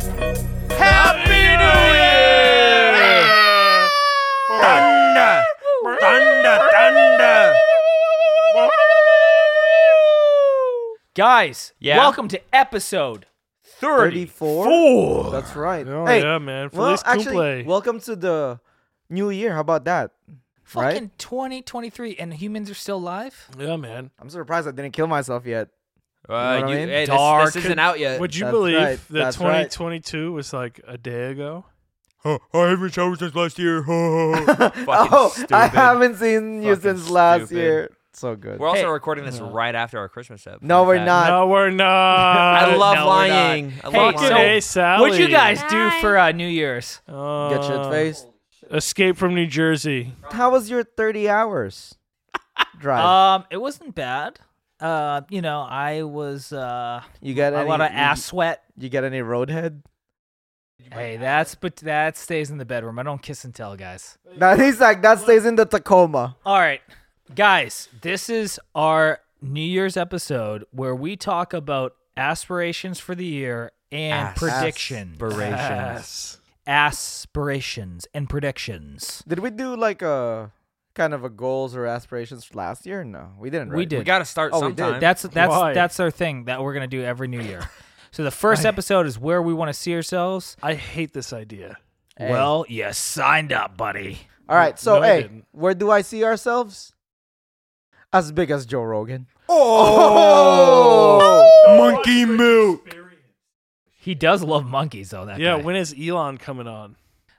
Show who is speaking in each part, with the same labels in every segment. Speaker 1: Happy New Year! Thunder! Thunder! Thunder!
Speaker 2: Guys,
Speaker 1: Yeah?
Speaker 2: welcome to episode 30.
Speaker 3: 34?
Speaker 1: Four.
Speaker 3: That's right.
Speaker 4: Oh
Speaker 3: hey,
Speaker 4: yeah, man.
Speaker 3: well,
Speaker 4: Feliz
Speaker 3: actually,
Speaker 4: cumple.
Speaker 3: welcome to the new year. How about that? Right?
Speaker 2: Fucking 2023, and humans are still alive?
Speaker 4: yeah, man.
Speaker 3: I'm surprised I didn't kill myself yet.
Speaker 1: Uh,
Speaker 3: what I
Speaker 1: you,
Speaker 3: mean? Oh,
Speaker 1: hey, this-
Speaker 4: Dark.
Speaker 1: This, isn't out yet.
Speaker 4: Would you
Speaker 3: that's
Speaker 4: believe
Speaker 3: right,
Speaker 4: that
Speaker 3: that's right.
Speaker 4: 2022 was like a day ago?
Speaker 1: I haven't showered since last year. Fucking
Speaker 3: oh,
Speaker 1: stupid.
Speaker 3: I haven't seen you
Speaker 1: Fucking
Speaker 3: since last
Speaker 1: stupid.
Speaker 3: year. So good.
Speaker 1: We're also
Speaker 2: Hey.
Speaker 1: recording this right after our Christmas episode.
Speaker 3: No, we're
Speaker 1: Fact.
Speaker 3: not.
Speaker 4: no, we're not.
Speaker 1: I love
Speaker 2: no, we're not.
Speaker 1: lying. I
Speaker 2: Hey,
Speaker 1: love
Speaker 4: Fucking
Speaker 2: so-
Speaker 1: lying.
Speaker 4: A, Sally.
Speaker 2: What'd you guys do for uh, New Year's?
Speaker 4: Uh,
Speaker 3: Get shit faced.
Speaker 4: Escape from New Jersey.
Speaker 3: How was your 30 hours drive?
Speaker 1: Uh,
Speaker 2: Um, it wasn't bad. Uh, you know, I was uh,
Speaker 3: you got
Speaker 2: a
Speaker 3: any,
Speaker 2: lot of
Speaker 3: you-
Speaker 2: ass sweat.
Speaker 3: You, got any roadhead?
Speaker 2: Hey, that's but that stays in the bedroom. I don't kiss and tell, guys.
Speaker 3: No, he's like that stays in the Tacoma.
Speaker 2: All right, guys, this is our New Year's episode where we talk about aspirations for the year and
Speaker 1: Ass-
Speaker 2: predictions.
Speaker 4: Yes.
Speaker 2: aspirations and predictions.
Speaker 3: Did we do like a kind of a goals or aspirations last year? No, we didn't.
Speaker 2: We
Speaker 3: right?
Speaker 2: did.
Speaker 1: We got to start
Speaker 3: Oh, we did.
Speaker 1: sometime.
Speaker 2: That's that's
Speaker 4: Why?
Speaker 2: that's our thing that we're gonna do every New Year. So the first episode is where we want to see ourselves.
Speaker 4: I hate this idea.
Speaker 3: Hey.
Speaker 2: Well, you signed up, buddy.
Speaker 3: All right. So,
Speaker 4: No, I
Speaker 3: hey,
Speaker 4: didn't.
Speaker 3: where do I see ourselves? As big as Joe Rogan.
Speaker 1: Oh! monkey milk.
Speaker 2: He does love monkeys, though. That
Speaker 4: Yeah,
Speaker 2: guy.
Speaker 4: when is Elon coming on?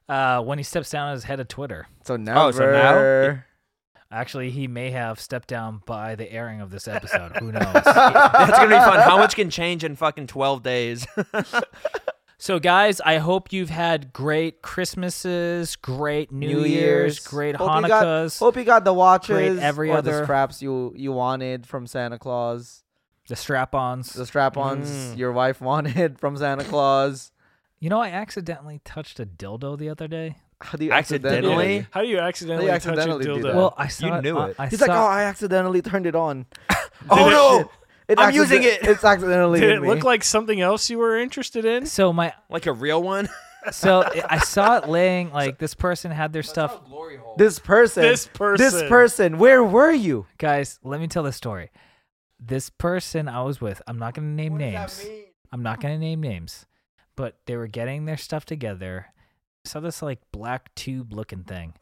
Speaker 2: uh, when he steps down as head of Twitter.
Speaker 3: So now,
Speaker 1: so now-
Speaker 3: we're-
Speaker 2: Actually, he may have stepped down by the airing of this episode. Who knows?
Speaker 1: That's gonna be fun. How much can change in fucking twelve days?
Speaker 2: So, guys, I hope you've had great Christmases, great New, Year's, great
Speaker 3: Hope you got-
Speaker 2: Hanukkahs.
Speaker 3: hope you got the watches
Speaker 2: every
Speaker 3: or
Speaker 2: other-
Speaker 3: the straps you you wanted from Santa Claus.
Speaker 2: the strap-ons.
Speaker 3: The strap-ons your wife wanted from Santa Claus.
Speaker 2: You know, I accidentally touched a dildo the other day.
Speaker 3: How do you
Speaker 1: Accidentally?
Speaker 3: accidentally?
Speaker 4: How do you accidentally,
Speaker 3: They accidentally
Speaker 4: touch a
Speaker 3: do
Speaker 4: dildo?
Speaker 3: that.
Speaker 2: Well, I saw
Speaker 1: You knew
Speaker 2: on-
Speaker 1: it.
Speaker 2: I
Speaker 3: He's
Speaker 2: saw,
Speaker 3: like, oh, I accidentally turned it on.
Speaker 1: oh no!
Speaker 3: It
Speaker 1: I'm using it.
Speaker 3: It's accidentally.
Speaker 4: Did
Speaker 3: in
Speaker 4: it
Speaker 3: me.
Speaker 4: look like something else you were interested in?
Speaker 2: so my
Speaker 1: Like a real one?
Speaker 2: so I- I saw it laying like this person had their stuff.
Speaker 3: this person?
Speaker 4: This
Speaker 3: This
Speaker 4: person.
Speaker 3: person. Where were you?
Speaker 2: Guys, let me tell the story. This person I was with, I'm not gonna name names. I'm not gonna name names, but they were getting their stuff together. saw this like black tube looking thing.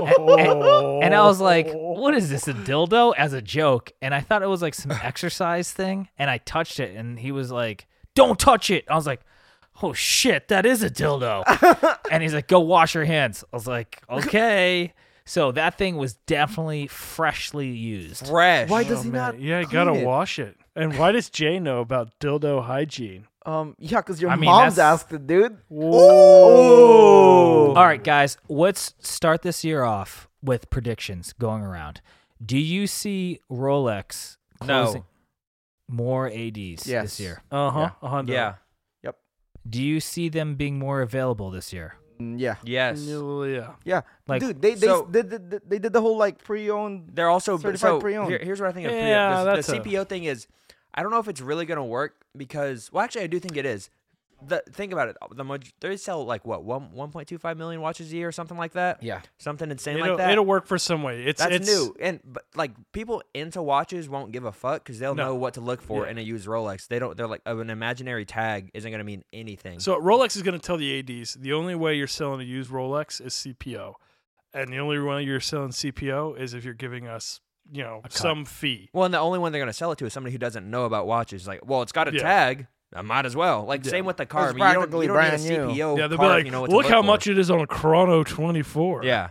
Speaker 2: And I was like, what is this, a dildo? As a joke. And I thought it was like some exercise thing. And I touched it and he was like, don't touch it. I was like, oh shit, that is a dildo. and he's like, go wash your hands. I was like, okay. So that thing was definitely freshly used.
Speaker 1: Fresh.
Speaker 3: Why does he not?
Speaker 4: Yeah, you
Speaker 3: clean
Speaker 4: gotta
Speaker 3: it?
Speaker 4: wash it. And why does Jay know about dildo hygiene?
Speaker 3: Um, yeah, because your
Speaker 2: I mean,
Speaker 3: mom's
Speaker 2: that's-
Speaker 3: asked it, dude.
Speaker 4: Whoa.
Speaker 2: All right, guys, let's start this year off with predictions going around. Do you see Rolex
Speaker 1: No.
Speaker 2: closing more ADs
Speaker 3: Yes.
Speaker 2: this year?
Speaker 4: Uh huh.
Speaker 3: Yeah.
Speaker 4: A Honda.
Speaker 1: Yeah.
Speaker 2: Do you see them being more available this year?
Speaker 3: Mm, Yeah,
Speaker 1: Yes.
Speaker 4: Yeah.
Speaker 3: yeah.
Speaker 2: Like-
Speaker 3: dude, they they,
Speaker 1: So-
Speaker 3: they, did the- they did the whole like pre-owned.
Speaker 1: They're also
Speaker 3: Certified
Speaker 1: so
Speaker 3: pre-owned.
Speaker 1: here- here's what I think of
Speaker 4: Yeah,
Speaker 1: pre-owned. This-
Speaker 4: that's a-
Speaker 1: the CPO thing is, I don't know if it's really gonna work because well, actually, I do think it is. The think about it. The maj- they sell like what one one point two five million watches a year or something like that.
Speaker 3: Yeah.
Speaker 1: Something insane
Speaker 4: It'll,
Speaker 1: like that.
Speaker 4: it'll work for some way. It's
Speaker 1: That's
Speaker 4: it's,
Speaker 1: new, and but like people into watches won't give a fuck because they'll
Speaker 4: No.
Speaker 1: know what to look for
Speaker 4: Yeah.
Speaker 1: in a used Rolex. They don't. They're like oh, an imaginary tag isn't gonna mean anything.
Speaker 4: So Rolex is going to tell the ads the only way you're selling a used Rolex is CPO, and the only way you're selling CPO is if you're giving us you know some fee.
Speaker 1: Well, and the only one they're gonna sell it to is somebody who doesn't know about watches. Like, well, it's got a
Speaker 4: Yeah.
Speaker 1: tag. I might as well. Like, same with the car. I
Speaker 3: It's
Speaker 1: mean, you don't,
Speaker 3: practically
Speaker 1: you don't
Speaker 3: brand
Speaker 1: need a
Speaker 3: new.
Speaker 1: CPO.
Speaker 4: yeah, they'll be
Speaker 1: car if
Speaker 4: like,
Speaker 1: Oh, you know what
Speaker 4: look,
Speaker 1: to
Speaker 4: how
Speaker 1: for."
Speaker 4: much it is on a Chrono 24.
Speaker 1: Yeah,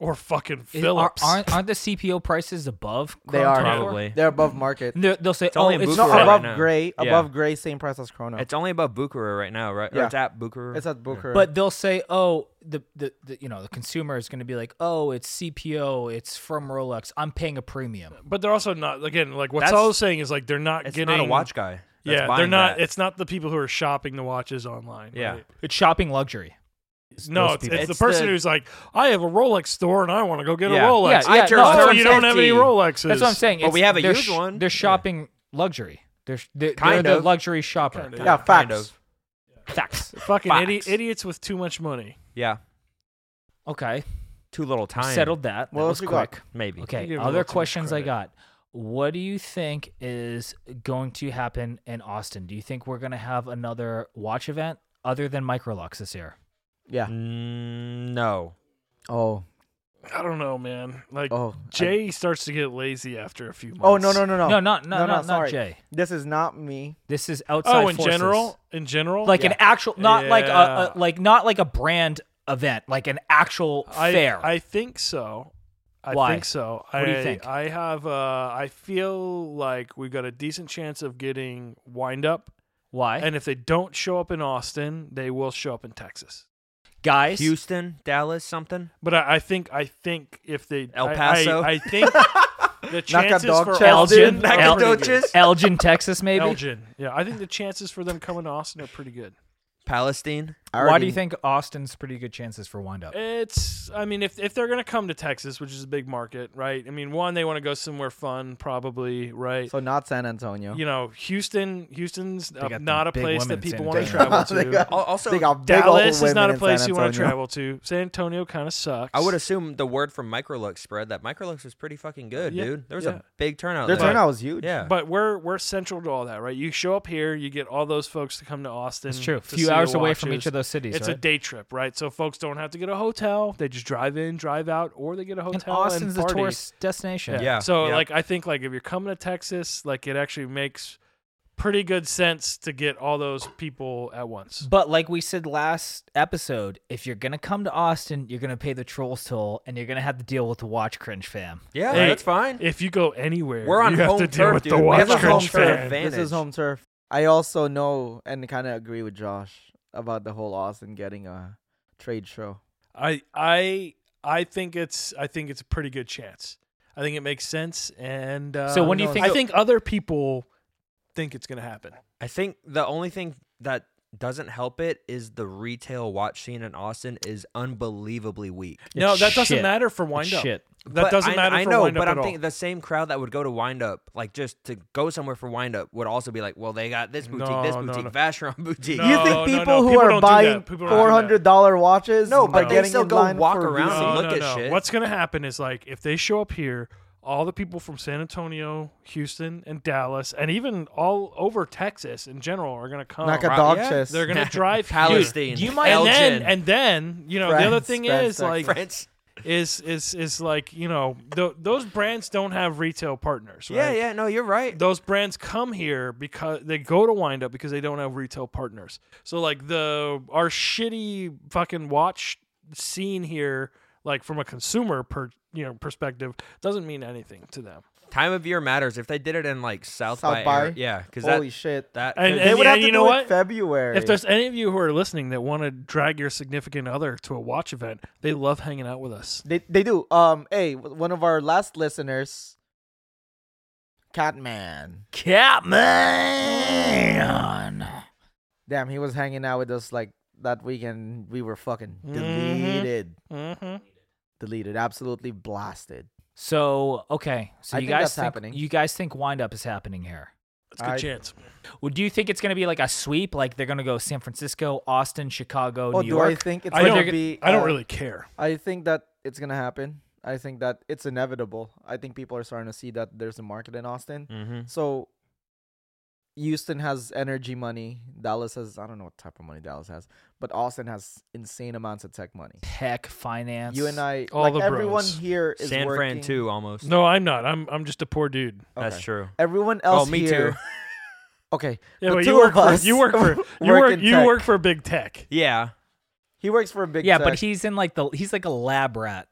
Speaker 4: or fucking
Speaker 2: Is- are,
Speaker 4: Phillips.
Speaker 2: aren't, aren't the CPO prices above?
Speaker 3: They
Speaker 2: Chrono
Speaker 3: are
Speaker 2: Trigger?
Speaker 1: probably.
Speaker 3: They're above market.
Speaker 2: And they're- They'll say,
Speaker 1: It's
Speaker 2: "Oh,
Speaker 1: only in
Speaker 2: it's
Speaker 1: Bucharest
Speaker 3: no,
Speaker 1: right
Speaker 2: not
Speaker 3: above
Speaker 1: now.
Speaker 3: gray,
Speaker 1: Yeah.
Speaker 3: above gray, same price as Chrono. It's,
Speaker 1: It's only above Bucura right now, right? Or
Speaker 3: Yeah.
Speaker 1: it's at Bucura.
Speaker 3: at Booker.
Speaker 2: But they'll say, "Oh, the, the, the you know the consumer is going to be like, oh, it's CPO, it's from Rolex. I'm paying a premium."
Speaker 4: but they're also not again like what
Speaker 1: That's-
Speaker 4: Solo's saying is like they're not
Speaker 1: it's
Speaker 4: getting
Speaker 1: not a watch guy. that's
Speaker 4: Yeah, they're
Speaker 1: buying
Speaker 4: not.
Speaker 1: that.
Speaker 4: It's not the people who are shopping the watches online.
Speaker 1: Yeah.
Speaker 4: right?
Speaker 2: It's shopping luxury.
Speaker 4: no,
Speaker 2: those
Speaker 4: it's,
Speaker 2: people.
Speaker 4: it's the
Speaker 1: It's
Speaker 4: person
Speaker 1: the-
Speaker 4: who's like, I have a Rolex store and I want to go get
Speaker 1: Yeah.
Speaker 4: a Rolex.
Speaker 2: Yeah, yeah,
Speaker 4: I
Speaker 2: no, that's
Speaker 4: so
Speaker 2: what
Speaker 4: you
Speaker 1: I'm
Speaker 4: don't have any
Speaker 1: saying.
Speaker 4: Rolexes.
Speaker 2: That's what I'm saying.
Speaker 1: But
Speaker 2: It's-
Speaker 1: we have a
Speaker 2: they're
Speaker 1: used one.
Speaker 2: They're shopping luxury. They're sh- they're, they're
Speaker 1: Kind
Speaker 2: the
Speaker 1: of.
Speaker 2: luxury shopper.
Speaker 4: Kind of.
Speaker 3: Yeah,
Speaker 1: Kind
Speaker 3: facts.
Speaker 1: of.
Speaker 2: Facts.
Speaker 4: Fucking
Speaker 1: Fox.
Speaker 4: idi- idiots with too much money.
Speaker 1: Yeah,
Speaker 2: Okay,
Speaker 1: too little
Speaker 2: we
Speaker 1: time.
Speaker 2: settled that.
Speaker 3: What
Speaker 2: that was
Speaker 3: else we got?
Speaker 2: quick.
Speaker 1: maybe.
Speaker 4: give
Speaker 2: Okay,
Speaker 4: him a
Speaker 2: other
Speaker 4: little too much
Speaker 2: questions I
Speaker 4: credit.
Speaker 2: got. What do you think is going to happen in Austin? Do you think we're going to have another watch event other than Microlux this year?
Speaker 3: Yeah.
Speaker 1: Mm, no.
Speaker 3: Oh.
Speaker 4: I don't know, man. Like
Speaker 3: Oh. I-
Speaker 4: Jay starts to get lazy after a few months.
Speaker 3: oh no no no no.
Speaker 2: No, not no,
Speaker 3: No, no,
Speaker 2: not, not
Speaker 3: sorry.
Speaker 2: Jay.
Speaker 3: This is not me.
Speaker 2: This is outside.
Speaker 4: Oh, in
Speaker 2: forces.
Speaker 4: general, in general,
Speaker 2: like an
Speaker 3: Yeah.
Speaker 2: actual, not like a, a
Speaker 4: Yeah.
Speaker 2: like not like a brand event, like an actual
Speaker 4: I,
Speaker 2: fair.
Speaker 4: I think so. I
Speaker 2: Why?
Speaker 4: think so.
Speaker 2: What
Speaker 4: I,
Speaker 2: do you think?
Speaker 4: I have. Uh, I feel like we've got a decent chance of getting wind up,
Speaker 2: Why,
Speaker 4: and if they don't show up in Austin, they will show up in Texas.
Speaker 2: guys?
Speaker 1: Houston, Dallas, something.
Speaker 4: But I, I think I think if they
Speaker 1: El
Speaker 4: I- I-
Speaker 1: Paso?
Speaker 4: I, think the chances
Speaker 3: dog
Speaker 4: for
Speaker 3: chest
Speaker 4: Elgin,
Speaker 2: in,
Speaker 4: are
Speaker 2: knock a
Speaker 4: pretty good.
Speaker 1: doches.
Speaker 2: Elgin, Texas, maybe.
Speaker 4: Elgin, yeah, I think the chances for them coming to Austin are pretty good.
Speaker 1: Palestine.
Speaker 3: I
Speaker 2: Why do
Speaker 3: already-
Speaker 2: you think Austin's pretty good chances for wind up?
Speaker 4: It's, I mean, if if they're gonna come to Texas, which is a big market, right? I mean, one, they want to go somewhere fun, probably, right?
Speaker 3: So not San Antonio.
Speaker 4: you know, Houston, Houston's uh,
Speaker 2: got the
Speaker 4: not a
Speaker 2: big
Speaker 4: place
Speaker 2: women
Speaker 4: that
Speaker 2: in
Speaker 4: people
Speaker 2: San
Speaker 4: want to
Speaker 2: Antonio.
Speaker 4: travel
Speaker 3: They
Speaker 4: to.
Speaker 3: got-
Speaker 1: Al- Also,
Speaker 3: they got big old
Speaker 4: Dallas is
Speaker 3: women
Speaker 4: not a
Speaker 3: in
Speaker 4: place
Speaker 3: San
Speaker 4: you want to
Speaker 3: Antonio.
Speaker 4: travel to. San Antonio kind of sucks.
Speaker 1: I would assume the word from Microlux spread that Microlux was pretty fucking good,
Speaker 4: Yeah,
Speaker 1: dude. There was
Speaker 4: yeah.
Speaker 1: a big turnout.
Speaker 3: Their
Speaker 1: there.
Speaker 3: turnout was huge.
Speaker 1: Yeah.
Speaker 4: But we're we're central to all that, right? You show up here, you get all those folks to come to Austin.
Speaker 2: It's true. A
Speaker 4: to see
Speaker 2: few
Speaker 4: the
Speaker 2: hours away from
Speaker 4: watches.
Speaker 2: each of those cities.
Speaker 4: It's a
Speaker 2: right?
Speaker 4: day trip, right? So folks don't have to get a hotel; they just drive in, drive out, or they get a hotel.
Speaker 2: and Austin's
Speaker 4: and
Speaker 2: the
Speaker 4: party.
Speaker 2: tourist destination.
Speaker 1: Yeah.
Speaker 4: So like I think like if you're coming to Texas, like it actually makes pretty good sense to get all those people at once.
Speaker 2: But like we said last episode, if you're gonna come to Austin, you're gonna pay the trolls toll, and you're gonna have to deal with the watch cringe fam.
Speaker 1: yeah,
Speaker 4: Hey,
Speaker 1: that's fine.
Speaker 4: If you go anywhere,
Speaker 1: We're on
Speaker 4: you have
Speaker 1: home
Speaker 4: to deal
Speaker 1: turf,
Speaker 4: with
Speaker 1: dude.
Speaker 4: the
Speaker 1: We
Speaker 4: watch
Speaker 1: have a home
Speaker 4: cringe
Speaker 1: turf
Speaker 4: fan.
Speaker 1: advantage.
Speaker 3: This is home turf. I also know and kind of agree with Josh about the whole Austin getting a trade show.
Speaker 4: I I I think it's I think it's a pretty good chance. I think it makes sense. And uh,
Speaker 2: So when do you
Speaker 3: no,
Speaker 2: think?
Speaker 4: I think other people think it's going to happen.
Speaker 1: I think the only thing that doesn't help it is the retail watch scene in Austin is unbelievably weak.
Speaker 4: no, that doesn't
Speaker 2: shit.
Speaker 4: matter for
Speaker 2: It's
Speaker 4: wind up.
Speaker 2: Shit.
Speaker 4: That
Speaker 1: But
Speaker 4: doesn't
Speaker 1: I,
Speaker 4: matter
Speaker 1: I
Speaker 4: for
Speaker 1: know,
Speaker 4: wind up
Speaker 1: but
Speaker 4: at
Speaker 1: I'm
Speaker 4: all.
Speaker 1: thinking the same crowd that would go to wind up, like just to go somewhere for wind up, would also be like, well, they got this boutique, this
Speaker 4: No, no,
Speaker 1: boutique,
Speaker 4: no.
Speaker 1: Vacheron boutique.
Speaker 4: No,
Speaker 3: you think
Speaker 4: no,
Speaker 3: people
Speaker 4: no.
Speaker 3: who
Speaker 4: People don't
Speaker 3: are
Speaker 4: do that.
Speaker 3: buying
Speaker 4: People don't do that.
Speaker 3: four hundred dollar watches?
Speaker 1: No, but
Speaker 3: are
Speaker 1: they
Speaker 3: getting
Speaker 1: still
Speaker 3: in
Speaker 1: go
Speaker 3: line
Speaker 1: walk
Speaker 3: for
Speaker 1: around and
Speaker 3: VC?
Speaker 1: look at shit.
Speaker 4: What's going to happen is like if they show up here, all the people from San Antonio, Houston, and Dallas, and even all over Texas in general are going to come.
Speaker 3: Like a
Speaker 1: right,
Speaker 3: dog
Speaker 1: yeah,
Speaker 3: chest.
Speaker 4: They're going to drive here.
Speaker 1: Palestine.
Speaker 2: you might-
Speaker 4: And then,
Speaker 1: Elgin.
Speaker 4: and then, you know, the other
Speaker 3: France,
Speaker 4: thing
Speaker 3: France,
Speaker 4: is like
Speaker 1: France.
Speaker 4: is is is like you know th- those brands don't have retail partners. Right?
Speaker 1: Yeah, yeah. No, you're right.
Speaker 4: Those brands come here because they go to wind up because they don't have retail partners. So like the our shitty fucking watch scene here, like from a consumer per you know perspective, doesn't mean anything to them.
Speaker 1: Time of year matters. If they did it in like South,
Speaker 3: South
Speaker 1: by,
Speaker 3: by?
Speaker 1: Air- yeah, because that
Speaker 3: Holy shit!
Speaker 1: that
Speaker 4: And-
Speaker 1: could-
Speaker 3: they would have
Speaker 4: and
Speaker 3: to
Speaker 4: you
Speaker 3: do
Speaker 4: know
Speaker 3: it
Speaker 4: what?
Speaker 3: February.
Speaker 4: If there's any of you who are listening that want to drag your significant other to a watch event, they love hanging out with us.
Speaker 3: They they do. Um, hey, w- one of our last listeners, Catman.
Speaker 2: Catman.
Speaker 3: Damn, he was hanging out with us like that weekend. We were fucking
Speaker 4: Mhm.
Speaker 3: deleted,
Speaker 4: Mm-hmm.
Speaker 3: deleted, absolutely blasted.
Speaker 2: So okay, so
Speaker 3: I
Speaker 2: you
Speaker 3: think
Speaker 2: guys
Speaker 3: that's
Speaker 2: think
Speaker 3: happening.
Speaker 2: you guys think wind up is happening here?
Speaker 4: It's a good
Speaker 3: I-
Speaker 4: chance.
Speaker 2: Well, do you think it's gonna be like a sweep? Like they're gonna go San Francisco, Austin, Chicago,
Speaker 3: oh,
Speaker 2: New
Speaker 3: do
Speaker 2: York?
Speaker 3: I think it's
Speaker 4: I
Speaker 3: gonna
Speaker 4: don't-
Speaker 3: be?
Speaker 4: I don't
Speaker 3: uh,
Speaker 4: really care.
Speaker 3: I think that it's gonna happen. I think that it's inevitable. I think people are starting to see that there's a market in Austin.
Speaker 4: Mm-hmm.
Speaker 1: Mhm.
Speaker 3: So Houston has energy money. Dallas has I don't know what type of money Dallas has, but Austin has insane amounts of tech money.
Speaker 2: Tech, finance.
Speaker 3: You and I,
Speaker 4: All
Speaker 3: like
Speaker 4: the
Speaker 3: everyone
Speaker 4: bros.
Speaker 3: here is
Speaker 1: San
Speaker 3: working.
Speaker 1: Fran too, almost.
Speaker 4: No, I'm not. I'm I'm just a poor dude.
Speaker 1: that's
Speaker 3: Okay.
Speaker 1: true.
Speaker 3: Everyone else
Speaker 1: oh, me
Speaker 3: here.
Speaker 1: too.
Speaker 3: Okay,
Speaker 4: Yeah,
Speaker 3: the
Speaker 4: but
Speaker 3: two
Speaker 4: you work
Speaker 3: of
Speaker 4: for-
Speaker 3: us
Speaker 4: you work for you
Speaker 3: work
Speaker 4: work,
Speaker 3: in
Speaker 4: you
Speaker 3: tech.
Speaker 4: work for big tech.
Speaker 1: Yeah,
Speaker 3: he works for a big.
Speaker 2: yeah,
Speaker 3: tech.
Speaker 2: but he's in like the he's like a lab rat.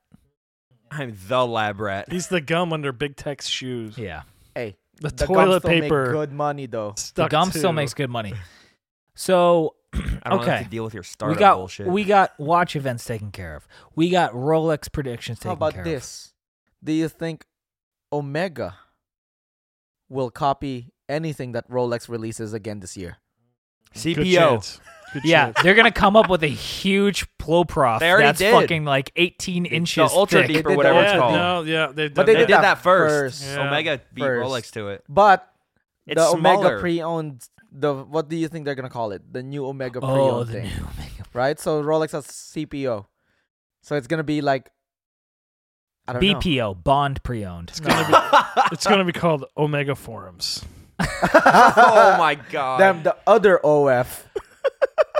Speaker 1: I'm the lab rat.
Speaker 4: He's the gum under big tech's shoes.
Speaker 2: Yeah.
Speaker 3: hey,
Speaker 4: The,
Speaker 3: the gums
Speaker 4: toilet
Speaker 3: still make
Speaker 4: paper
Speaker 3: good money though.
Speaker 4: stuck.
Speaker 2: the gum
Speaker 4: to-
Speaker 2: still makes good money. So
Speaker 1: I don't have
Speaker 2: okay.
Speaker 1: to deal with your startup
Speaker 2: we got
Speaker 1: bullshit.
Speaker 2: we got watch events taken care of. We got Rolex predictions taken
Speaker 3: How about
Speaker 2: care of.
Speaker 3: this? Do you think Omega will copy anything that Rolex releases again this year?
Speaker 4: good
Speaker 1: CPO.
Speaker 4: chance. Good
Speaker 2: Yeah,
Speaker 4: shit.
Speaker 2: they're gonna come up with a huge ploprof
Speaker 1: They already
Speaker 2: that's
Speaker 1: did.
Speaker 2: fucking like 18 inches
Speaker 1: ultra
Speaker 2: thick.
Speaker 1: deep
Speaker 3: They
Speaker 1: or
Speaker 3: did
Speaker 1: whatever
Speaker 3: that.
Speaker 1: it's
Speaker 4: Yeah,
Speaker 1: called.
Speaker 4: no, yeah, they've done
Speaker 1: But they
Speaker 4: that.
Speaker 1: did that, first.
Speaker 3: first.
Speaker 4: Yeah.
Speaker 1: Omega beat
Speaker 3: First.
Speaker 1: Rolex to it.
Speaker 3: But
Speaker 1: It's
Speaker 3: the Omega
Speaker 1: smaller.
Speaker 3: pre-owned the what do you think they're gonna call it? The new Omega
Speaker 2: Oh,
Speaker 3: pre-owned
Speaker 2: the
Speaker 3: thing,
Speaker 2: new Omega.
Speaker 3: right? So Rolex has CPO, so it's gonna be like I don't know.
Speaker 2: BPO Bond pre-owned.
Speaker 4: It's gonna be it's gonna be called Omega Forums.
Speaker 1: oh my god.
Speaker 3: Them the other OF.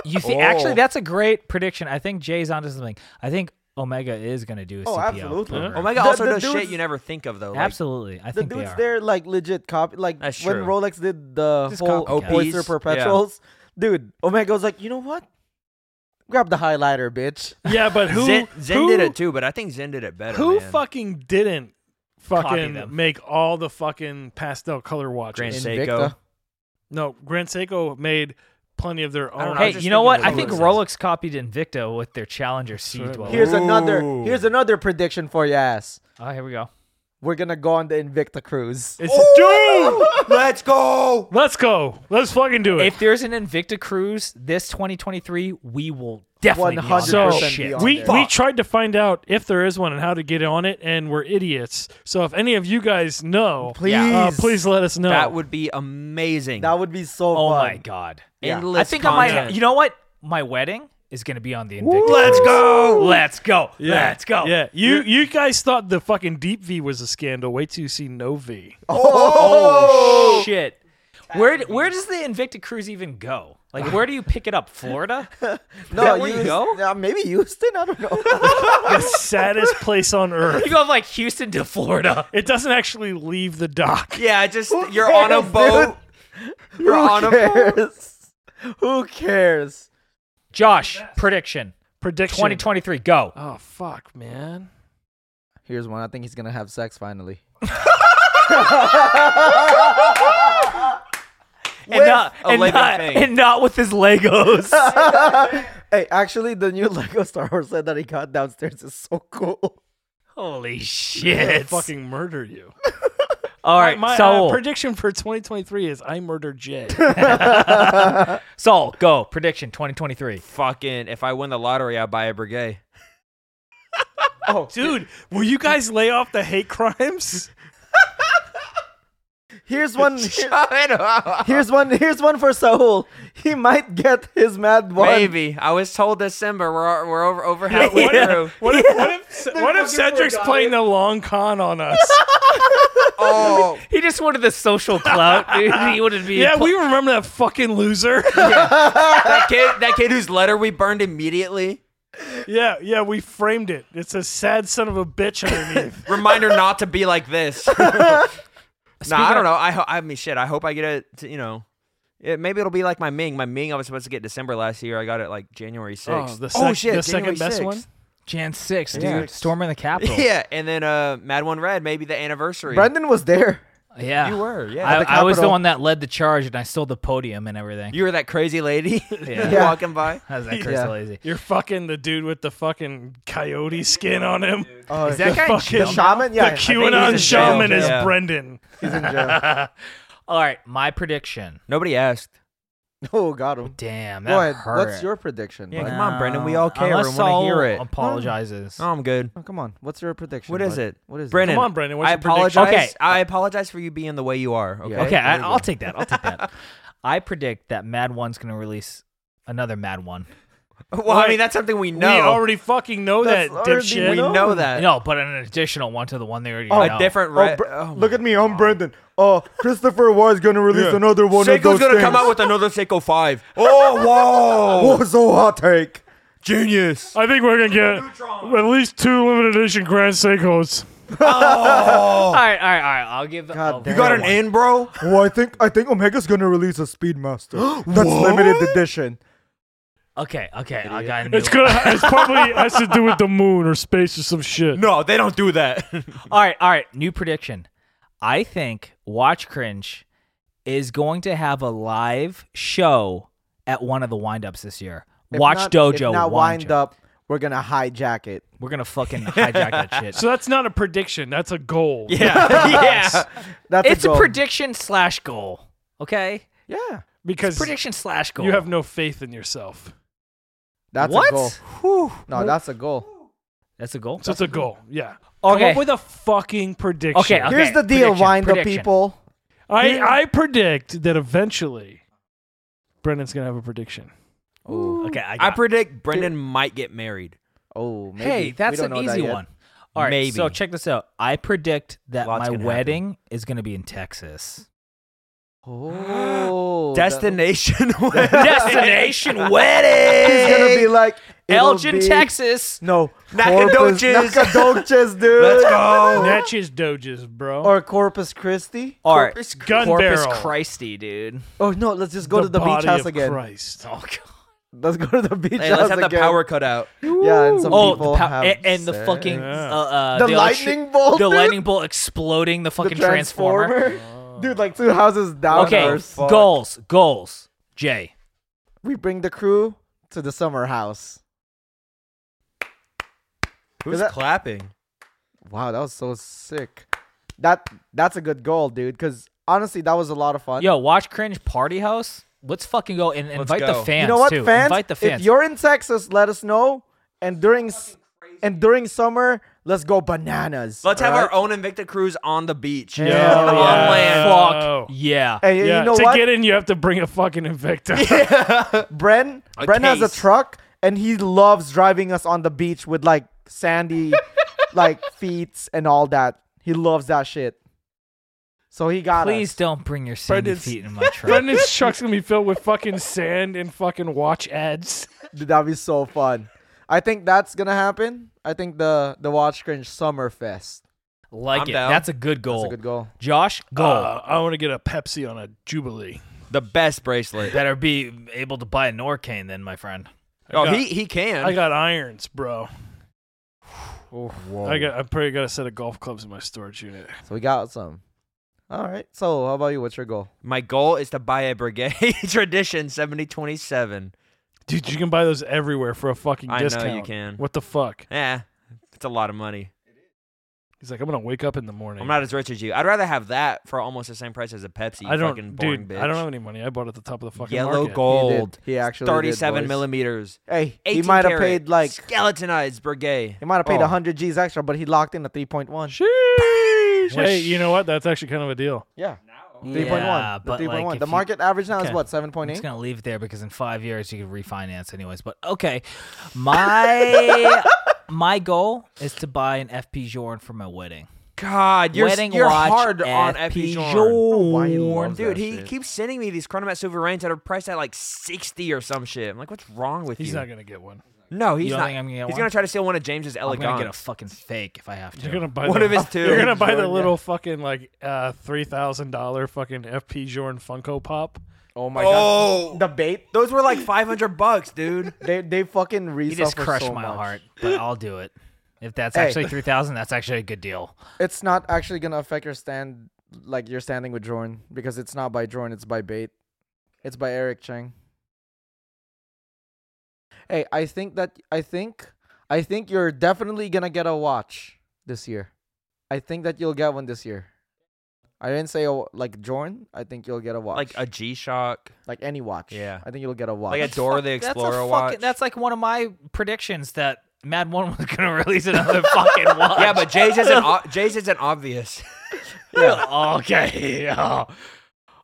Speaker 2: You think? Actually,
Speaker 1: Oh.
Speaker 2: that's a great prediction. I think Jay's onto something. I think Omega is gonna do a
Speaker 3: Oh,
Speaker 2: CPO.
Speaker 3: absolutely.
Speaker 2: program.
Speaker 1: Omega
Speaker 3: The-
Speaker 1: also
Speaker 3: the
Speaker 1: does shit
Speaker 3: dudes-
Speaker 1: you never think of though. Like,
Speaker 2: absolutely. I
Speaker 3: The
Speaker 2: think they
Speaker 3: dudes
Speaker 2: are.
Speaker 3: there like legit copy like
Speaker 1: That's
Speaker 3: when
Speaker 1: true.
Speaker 3: Rolex did the
Speaker 2: Just
Speaker 3: whole
Speaker 2: copycat.
Speaker 3: Oyster
Speaker 1: OPs,
Speaker 3: Perpetuals, dude. Omega was like, you know what? Grab the highlighter, bitch.
Speaker 4: Yeah, but who
Speaker 1: Zen, Zen
Speaker 4: who,
Speaker 1: did it too, but I think Zen did it better.
Speaker 4: Who
Speaker 1: man.
Speaker 4: fucking didn't fucking
Speaker 2: them.
Speaker 4: make all the fucking pastel color watches?
Speaker 1: Grand Seiko.
Speaker 3: Invicta.
Speaker 4: No, Grand Seiko made plenty of their
Speaker 1: I don't
Speaker 4: own.
Speaker 1: know, I
Speaker 2: Hey,
Speaker 1: was
Speaker 2: you
Speaker 1: just
Speaker 2: know
Speaker 1: thinking
Speaker 2: what?
Speaker 1: of
Speaker 2: I think
Speaker 1: Rolex.
Speaker 2: Rolex copied Invicta with their Challenger C12.
Speaker 3: Here's another.
Speaker 1: Ooh.
Speaker 3: Here's another prediction for your ass.
Speaker 2: oh, here we go.
Speaker 3: We're gonna go on the Invicta cruise.
Speaker 4: It's
Speaker 1: Dude, let's go.
Speaker 4: dude. Let's go. Let's fucking do it.
Speaker 2: If there's an Invicta cruise this 2023, we will definitely be on that
Speaker 3: 100%
Speaker 4: So,
Speaker 2: shit.
Speaker 3: be on
Speaker 4: we
Speaker 3: there.
Speaker 4: we tried to find out if there is one and how to get on it, and we're idiots. So if any of you guys know,
Speaker 3: Please.
Speaker 4: uh, please let us know.
Speaker 1: That would be amazing.
Speaker 3: That would be so
Speaker 2: Oh
Speaker 3: fun.
Speaker 2: my god!
Speaker 1: Endless
Speaker 2: I think I might.
Speaker 1: content.
Speaker 2: You know what? My wedding is gonna be on the Invicta.
Speaker 1: Let's
Speaker 2: cruise.
Speaker 1: go.
Speaker 2: Let's go.
Speaker 4: yeah.
Speaker 2: Let's go.
Speaker 4: Yeah, you you guys thought the fucking deep V was a scandal. Wait till you see no V.
Speaker 2: Oh shit! Where where does the Invicta cruise even go? Like where do you pick it up? Florida?
Speaker 3: No,
Speaker 1: where you
Speaker 3: Houston-
Speaker 1: go?
Speaker 3: Uh, maybe Houston. I don't know.
Speaker 4: the saddest place on earth.
Speaker 2: You go from like Houston to Florida.
Speaker 4: It doesn't actually leave the dock.
Speaker 1: Yeah, just you're on a
Speaker 3: cares,
Speaker 1: boat. You're on
Speaker 3: Who
Speaker 1: a boat.
Speaker 3: cares? Who cares?
Speaker 2: Josh, prediction
Speaker 4: Prediction.
Speaker 2: 2023, go.
Speaker 4: Oh fuck, man.
Speaker 3: Here's one. I think he's gonna have sex finally.
Speaker 2: and not,
Speaker 1: a
Speaker 2: and,
Speaker 1: Lego
Speaker 2: not,
Speaker 1: thing.
Speaker 2: and not with his Legos.
Speaker 3: Hey, actually, the new Lego Star Wars set that he got downstairs is so cool.
Speaker 2: Holy
Speaker 4: It'll
Speaker 2: shit!
Speaker 4: fucking murder you.
Speaker 2: All right,
Speaker 4: my
Speaker 2: Saul.
Speaker 4: uh, prediction for 2023 is I murder Jay.
Speaker 2: Saul, go. Prediction 2023.
Speaker 1: Fucking, if I win the lottery, I buy a brigade.
Speaker 3: Oh,
Speaker 4: Dude, will you guys lay off the hate crimes?
Speaker 3: here's one. here-
Speaker 1: Maybe.
Speaker 3: Here's one. Here's one for Saul. He might get his mad one.
Speaker 1: I was told December. We're we're over over halfway
Speaker 4: What if-
Speaker 1: through.
Speaker 4: What if, what if, what if Cedric's playing the long con on us?
Speaker 1: Oh,
Speaker 2: He just wanted the social clout, dude. He wanted to be.
Speaker 4: yeah, we remember that fucking loser.
Speaker 1: that kid, that kid whose letter we burned immediately.
Speaker 4: yeah, yeah, we framed it. It's a sad son of a bitch underneath.
Speaker 1: Reminder not to be like this. nah, I don't know. I ho- I mean, shit. I hope I get it. To, you know, it, maybe it'll be like my Ming. My Ming, I was supposed to get December last year. I got it like January sixth. Oh,
Speaker 4: the sec-
Speaker 1: shit,
Speaker 4: the second
Speaker 1: January
Speaker 4: best one?
Speaker 1: 6th.
Speaker 2: Jan 6, dude.
Speaker 1: Yeah.
Speaker 2: Storming the Capitol.
Speaker 1: Yeah, and then uh, Mad One Red, maybe the anniversary.
Speaker 3: Brendan was there.
Speaker 2: Yeah.
Speaker 1: You were, yeah.
Speaker 2: I,
Speaker 1: At the
Speaker 2: I was the
Speaker 3: Capitol.
Speaker 2: one that led the charge and I stole the podium and everything.
Speaker 1: You were that crazy lady
Speaker 2: Yeah.
Speaker 1: walking by.
Speaker 2: How's that curse
Speaker 3: Yeah.
Speaker 2: lazy?
Speaker 4: You're fucking the dude with the fucking coyote skin on him.
Speaker 3: Oh,
Speaker 2: Is that guy in
Speaker 4: fucking-
Speaker 2: jail?
Speaker 3: the shaman? Yeah,
Speaker 4: the
Speaker 3: I think he's in
Speaker 4: QAnon
Speaker 3: jail.
Speaker 4: shaman is
Speaker 1: Yeah.
Speaker 4: Brendan.
Speaker 3: He's in jail.
Speaker 2: All right, my prediction.
Speaker 1: Nobody asked.
Speaker 3: Oh, got him.
Speaker 2: Damn, that
Speaker 3: Go ahead.
Speaker 2: hurt.
Speaker 3: What's your prediction?
Speaker 1: Yeah,
Speaker 3: bud?
Speaker 1: come on, Brendan, we all care
Speaker 2: Unless
Speaker 1: and wanna hear
Speaker 2: Saul
Speaker 1: it.
Speaker 2: Apologizes.
Speaker 1: Oh, I'm good.
Speaker 3: Oh, come on. What's your prediction?
Speaker 1: What is
Speaker 3: bud?
Speaker 1: it?
Speaker 3: What is
Speaker 1: Brendan,
Speaker 4: Come on, Brendan, what's
Speaker 1: I
Speaker 4: your prediction?
Speaker 1: apologize.
Speaker 2: Okay.
Speaker 1: I apologize for you being the way you are. Okay.
Speaker 3: Yeah.
Speaker 2: Okay, I,
Speaker 3: There you
Speaker 2: I'll
Speaker 3: go.
Speaker 2: take that. I'll take that. I predict that Mad One's going to release another Mad One.
Speaker 1: Well, I mean, that's something we know.
Speaker 4: We already fucking know
Speaker 3: That's
Speaker 4: that,
Speaker 3: already
Speaker 4: dipshit.
Speaker 1: We
Speaker 3: know.
Speaker 1: know that.
Speaker 2: No, but an additional one to the one they already
Speaker 1: Uh, a
Speaker 2: know.
Speaker 1: different
Speaker 3: Oh,
Speaker 1: red.
Speaker 3: Bre- look at me, I'm Brendan. Oh, Christopher Ward's gonna release another one of
Speaker 1: Seiko's
Speaker 3: those
Speaker 1: gonna
Speaker 3: things.
Speaker 1: come out with another Seiko Five. Oh, whoa!
Speaker 3: Oh, so hot take.
Speaker 1: Genius.
Speaker 4: I think we're gonna get at least two limited edition Grand Seikos.
Speaker 2: All right, all right, all right. I'll give.
Speaker 3: God
Speaker 2: I'll-
Speaker 3: damn.
Speaker 1: You got an in, bro.
Speaker 3: Well, Oh, I think I think Omega's gonna release a Speedmaster. That's limited edition.
Speaker 2: Okay, okay. I got a new
Speaker 4: It's gonna. It's probably has to do with the moon or space or some shit.
Speaker 1: No, they don't do that.
Speaker 2: All right, all right. New prediction. I think Watch Cringe is going to have a live show at one of the windups this year.
Speaker 3: If
Speaker 2: Watch
Speaker 3: not-
Speaker 2: Dojo.
Speaker 3: If not
Speaker 2: wind
Speaker 3: wind up, we're gonna hijack it.
Speaker 2: We're gonna fucking hijack that shit.
Speaker 4: So that's not a prediction. That's a goal.
Speaker 1: yeah, yeah.
Speaker 3: That's
Speaker 2: it's a
Speaker 3: goal.
Speaker 2: prediction slash goal. Okay.
Speaker 3: Yeah.
Speaker 4: because
Speaker 2: prediction slash goal.
Speaker 4: you have no faith in yourself.
Speaker 3: That's
Speaker 2: what?
Speaker 3: a goal.
Speaker 2: Whew.
Speaker 3: No, that's a goal.
Speaker 2: That's a goal.
Speaker 4: So it's a goal. Yeah. Come
Speaker 2: Okay.
Speaker 4: up with a fucking prediction.
Speaker 2: Okay, okay.
Speaker 3: Here's the deal,
Speaker 2: prediction,
Speaker 3: wind up
Speaker 2: prediction.
Speaker 3: people.
Speaker 4: I, I predict that eventually Brendan's gonna have a prediction.
Speaker 3: Oh,
Speaker 2: Okay, I,
Speaker 1: I
Speaker 2: got
Speaker 1: predict Brendan might get married.
Speaker 3: oh maybe.
Speaker 2: Hey,
Speaker 3: We
Speaker 2: that's
Speaker 3: don't
Speaker 2: an
Speaker 3: know that
Speaker 2: easy
Speaker 3: yet.
Speaker 2: one. All right,
Speaker 1: Maybe.
Speaker 2: so check this out. I predict that
Speaker 1: Lots
Speaker 2: my
Speaker 1: can happen.
Speaker 2: wedding is going to be in Texas.
Speaker 3: Oh, that-
Speaker 1: Destination wedding.
Speaker 2: Destination
Speaker 3: He's
Speaker 2: wedding.
Speaker 3: gonna be like it'll
Speaker 2: Elgin,
Speaker 3: be-
Speaker 2: Texas.
Speaker 3: No, Corpus,
Speaker 1: Nacogdoches.
Speaker 3: Nacogdoches, dude.
Speaker 1: Let's go.
Speaker 4: Natchez doges, bro.
Speaker 3: Or Corpus Christi.
Speaker 2: All right,
Speaker 1: Corpus
Speaker 4: Gun
Speaker 2: Corpus
Speaker 4: barrel.
Speaker 2: Christi, dude.
Speaker 3: Oh no, let's just go to the beach
Speaker 4: body
Speaker 3: house
Speaker 4: of
Speaker 3: again.
Speaker 4: Christ.
Speaker 2: Oh god.
Speaker 3: Let's go to the beach
Speaker 1: Hey,
Speaker 3: house
Speaker 1: let's have the
Speaker 3: again.
Speaker 1: power cut out.
Speaker 3: Yeah, and some
Speaker 2: oh,
Speaker 3: people
Speaker 2: the pow-
Speaker 3: have
Speaker 2: and, and the
Speaker 3: sex.
Speaker 2: fucking
Speaker 4: Yeah.
Speaker 2: uh, uh,
Speaker 3: the,
Speaker 2: electri-
Speaker 3: lightning bolt,
Speaker 2: the
Speaker 3: dude?
Speaker 2: lightning bolt exploding the
Speaker 3: the
Speaker 2: fucking transformer.
Speaker 3: dude. Like two houses down.
Speaker 2: Okay,
Speaker 3: or fuck.
Speaker 2: goals, goals. Jay,
Speaker 3: We bring the crew to the summer house.
Speaker 1: Who's
Speaker 3: that-
Speaker 1: clapping?
Speaker 3: Wow, that was so sick. That that's a good goal, dude. Because honestly, that was a lot of fun.
Speaker 2: yo, watch cringe party house. Let's fucking go and
Speaker 1: Let's
Speaker 2: invite
Speaker 1: go.
Speaker 2: the fans
Speaker 3: you know what,
Speaker 2: too.
Speaker 3: fans?
Speaker 2: Invite the fans.
Speaker 3: If you're in Texas, let us know. And during s- and during summer, let's go bananas.
Speaker 1: Let's have
Speaker 3: alright?
Speaker 1: our own Invicta cruise on the beach.
Speaker 3: Yeah.
Speaker 1: On
Speaker 3: Yeah.
Speaker 1: land.
Speaker 2: Fuck yeah.
Speaker 3: And
Speaker 4: Yeah,
Speaker 3: you know
Speaker 4: to
Speaker 3: what?
Speaker 4: get in, you have to bring a fucking Invicta.
Speaker 3: Bren
Speaker 1: A
Speaker 3: Bren has a
Speaker 1: case.
Speaker 3: truck and he loves driving us on the beach with like sandy like feet and all that. He loves that shit. So he got
Speaker 2: Please
Speaker 3: us.
Speaker 2: don't bring your sandy
Speaker 4: Brendan's-
Speaker 2: feet in my truck.
Speaker 4: Brendan's truck's gonna be filled with fucking sand and fucking watch ads.
Speaker 3: Dude, that'd be so fun. I think that's gonna happen. I think the the Watch Cringe Summer Fest.
Speaker 2: like
Speaker 1: I'm
Speaker 2: it.
Speaker 1: down.
Speaker 2: That's a good goal.
Speaker 3: That's a good goal.
Speaker 2: Josh, goal.
Speaker 4: Uh, I want to get a Pepsi on a Jubilee.
Speaker 1: The best bracelet.
Speaker 2: Better be able to buy a Norcane then, my friend.
Speaker 1: Oh,
Speaker 4: got-
Speaker 1: he he can.
Speaker 4: I got irons, bro.
Speaker 3: Whoa.
Speaker 4: I got. I probably got a set of golf clubs in my storage unit.
Speaker 3: So we got some. All right. So how about you? What's your goal?
Speaker 1: My goal is to buy a Brigade Tradition 7027.
Speaker 4: Dude, you can buy those everywhere for a fucking
Speaker 1: I know you
Speaker 4: discount.
Speaker 1: can.
Speaker 4: What the fuck?
Speaker 1: Yeah, it's a lot of money.
Speaker 4: He's like, I'm gonna wake up in the morning.
Speaker 1: I'm not as rich as you. I'd rather have that for almost the same price as a Pepsi. you
Speaker 4: I don't,
Speaker 1: fucking boring
Speaker 4: dude.
Speaker 1: bitch.
Speaker 4: I don't have any money. I bought it at the top of the fucking
Speaker 1: Yellow
Speaker 4: market.
Speaker 3: He did.
Speaker 1: gold.
Speaker 3: He, actually did,
Speaker 1: 37
Speaker 3: boys.
Speaker 1: millimeters.
Speaker 3: Hey, he
Speaker 1: 18
Speaker 3: might have
Speaker 1: karat,
Speaker 3: paid like
Speaker 1: skeletonized Brigade.
Speaker 3: he might have paid
Speaker 1: Oh.
Speaker 3: 100 G's extra, but he locked in a 3.1.
Speaker 4: Sheesh. Hey, you know what? That's actually kind of a deal.
Speaker 3: Yeah.
Speaker 2: Yeah,
Speaker 3: 3.1. the
Speaker 2: but,
Speaker 3: 3.1.
Speaker 2: like,
Speaker 3: the
Speaker 2: if you-
Speaker 3: market average now
Speaker 2: Okay.
Speaker 3: is what,
Speaker 2: I'm just
Speaker 3: 7.8?
Speaker 2: gonna leave it there because in five years you can refinance anyways. But okay, my my goal is to buy an FP Jorn for my wedding.
Speaker 1: God, you're,
Speaker 2: wedding
Speaker 1: you're
Speaker 2: watch
Speaker 1: hard on
Speaker 2: FP
Speaker 1: FP Jorn.
Speaker 2: Jorn.
Speaker 3: loves that
Speaker 1: Dude, he
Speaker 3: shit.
Speaker 1: keeps sending me these Chronomat souverains that are priced at like 60 or some shit. I'm like, what's wrong with
Speaker 4: He's
Speaker 1: you?
Speaker 4: not gonna get one.
Speaker 1: no, he's
Speaker 2: You don't
Speaker 1: not.
Speaker 2: think I'm gonna get
Speaker 1: he's
Speaker 2: one?
Speaker 1: gonna try to steal one of James's
Speaker 2: I'm
Speaker 1: elegant.
Speaker 2: gonna get a fucking fake if I have to.
Speaker 4: You're gonna buy
Speaker 1: One
Speaker 4: the,
Speaker 1: of his two.
Speaker 4: You're gonna buy the
Speaker 3: Jorn,
Speaker 4: little fucking like uh, three thousand dollar fucking FP Jorn Funko Pop.
Speaker 3: Oh my
Speaker 1: oh,
Speaker 3: god. The bait,
Speaker 1: those were like 500 bucks, dude.
Speaker 3: they they fucking
Speaker 2: you
Speaker 3: resell
Speaker 2: just
Speaker 3: for
Speaker 2: crushed
Speaker 3: so
Speaker 2: my
Speaker 3: much.
Speaker 2: heart, but I'll do it. If that's
Speaker 3: Hey.
Speaker 2: actually three thousand, that's actually a good deal.
Speaker 3: It's not actually going to affect your stand like you're standing with Jorn because it's not by Jorn, it's by bait. It's by Eric Chang. Hey, I think that I think I think you're definitely going to get a watch this year. I think that you'll get one this year. I didn't say a, wa- like Jorn. I think you'll get a watch.
Speaker 1: Like a G Shock.
Speaker 3: like any watch.
Speaker 1: Yeah.
Speaker 3: I think you'll get a watch.
Speaker 1: Like a Dora the
Speaker 2: That's a
Speaker 1: Explorer
Speaker 2: fucking-
Speaker 1: watch.
Speaker 2: That's like one of my predictions that Mad One was gonna release another fucking watch.
Speaker 1: yeah, but Jay's isn't o- Jay's isn't obvious.
Speaker 2: okay. yeah.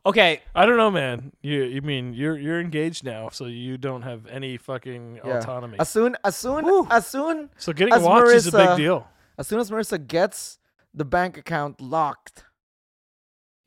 Speaker 2: Okay.
Speaker 4: I don't know, man. You, you mean you're you're engaged now, so you don't have any fucking
Speaker 3: Yeah.
Speaker 4: autonomy.
Speaker 3: As soon as soon as soon
Speaker 4: So getting a
Speaker 3: as
Speaker 4: watch is a big
Speaker 3: Marissa-
Speaker 4: deal.
Speaker 3: as soon as Marissa gets the bank account locked,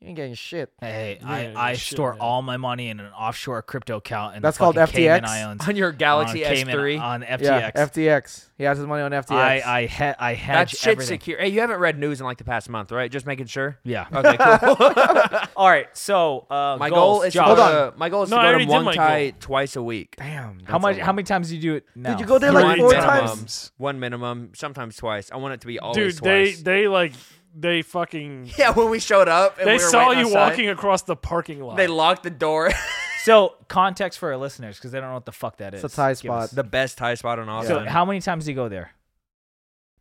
Speaker 3: you ain't getting shit.
Speaker 2: Hey,
Speaker 4: Yeah,
Speaker 2: I, I
Speaker 4: shit,
Speaker 2: store
Speaker 4: man.
Speaker 2: all my money in an offshore crypto account in
Speaker 3: That's
Speaker 2: the fucking
Speaker 3: called
Speaker 2: Cayman
Speaker 3: FTX?
Speaker 2: Islands.
Speaker 1: on your Galaxy
Speaker 2: on Cayman-
Speaker 1: S3.
Speaker 2: on FTX.
Speaker 3: Yeah, FTX. He has his money on FTX.
Speaker 2: I I he- I hedge
Speaker 1: That's shit
Speaker 2: everything.
Speaker 1: secure. Hey, you haven't read news in like the past month, right? Just making sure.
Speaker 2: Yeah.
Speaker 1: Okay, cool.
Speaker 2: All right. So uh,
Speaker 1: my
Speaker 2: goals,
Speaker 1: goal is to
Speaker 2: Josh,
Speaker 1: go
Speaker 3: Hold on.
Speaker 1: to, my goal is
Speaker 4: No, I
Speaker 1: to go
Speaker 4: already
Speaker 1: to
Speaker 4: did my
Speaker 1: Wong
Speaker 4: goal.
Speaker 1: Tai twice a week.
Speaker 3: Damn.
Speaker 2: How much? How many times do you do it? Now?
Speaker 3: you go there, like,
Speaker 4: Three
Speaker 3: four
Speaker 4: minimums.
Speaker 3: times?
Speaker 1: One minimum, sometimes twice. I want it to be
Speaker 4: Dude,
Speaker 1: always
Speaker 4: they
Speaker 1: twice.
Speaker 4: they like they fucking
Speaker 1: yeah, when we showed up, and
Speaker 4: they
Speaker 1: we were
Speaker 4: saw
Speaker 1: waiting
Speaker 4: you
Speaker 1: outside,
Speaker 4: walking across the parking lot.
Speaker 1: They locked the door.
Speaker 2: So context for our listeners because they don't know what the fuck that is.
Speaker 3: It's a Thai
Speaker 2: Give us-
Speaker 3: spot.
Speaker 1: the best Thai spot in
Speaker 2: So
Speaker 1: Austin.
Speaker 2: how many times do you go there?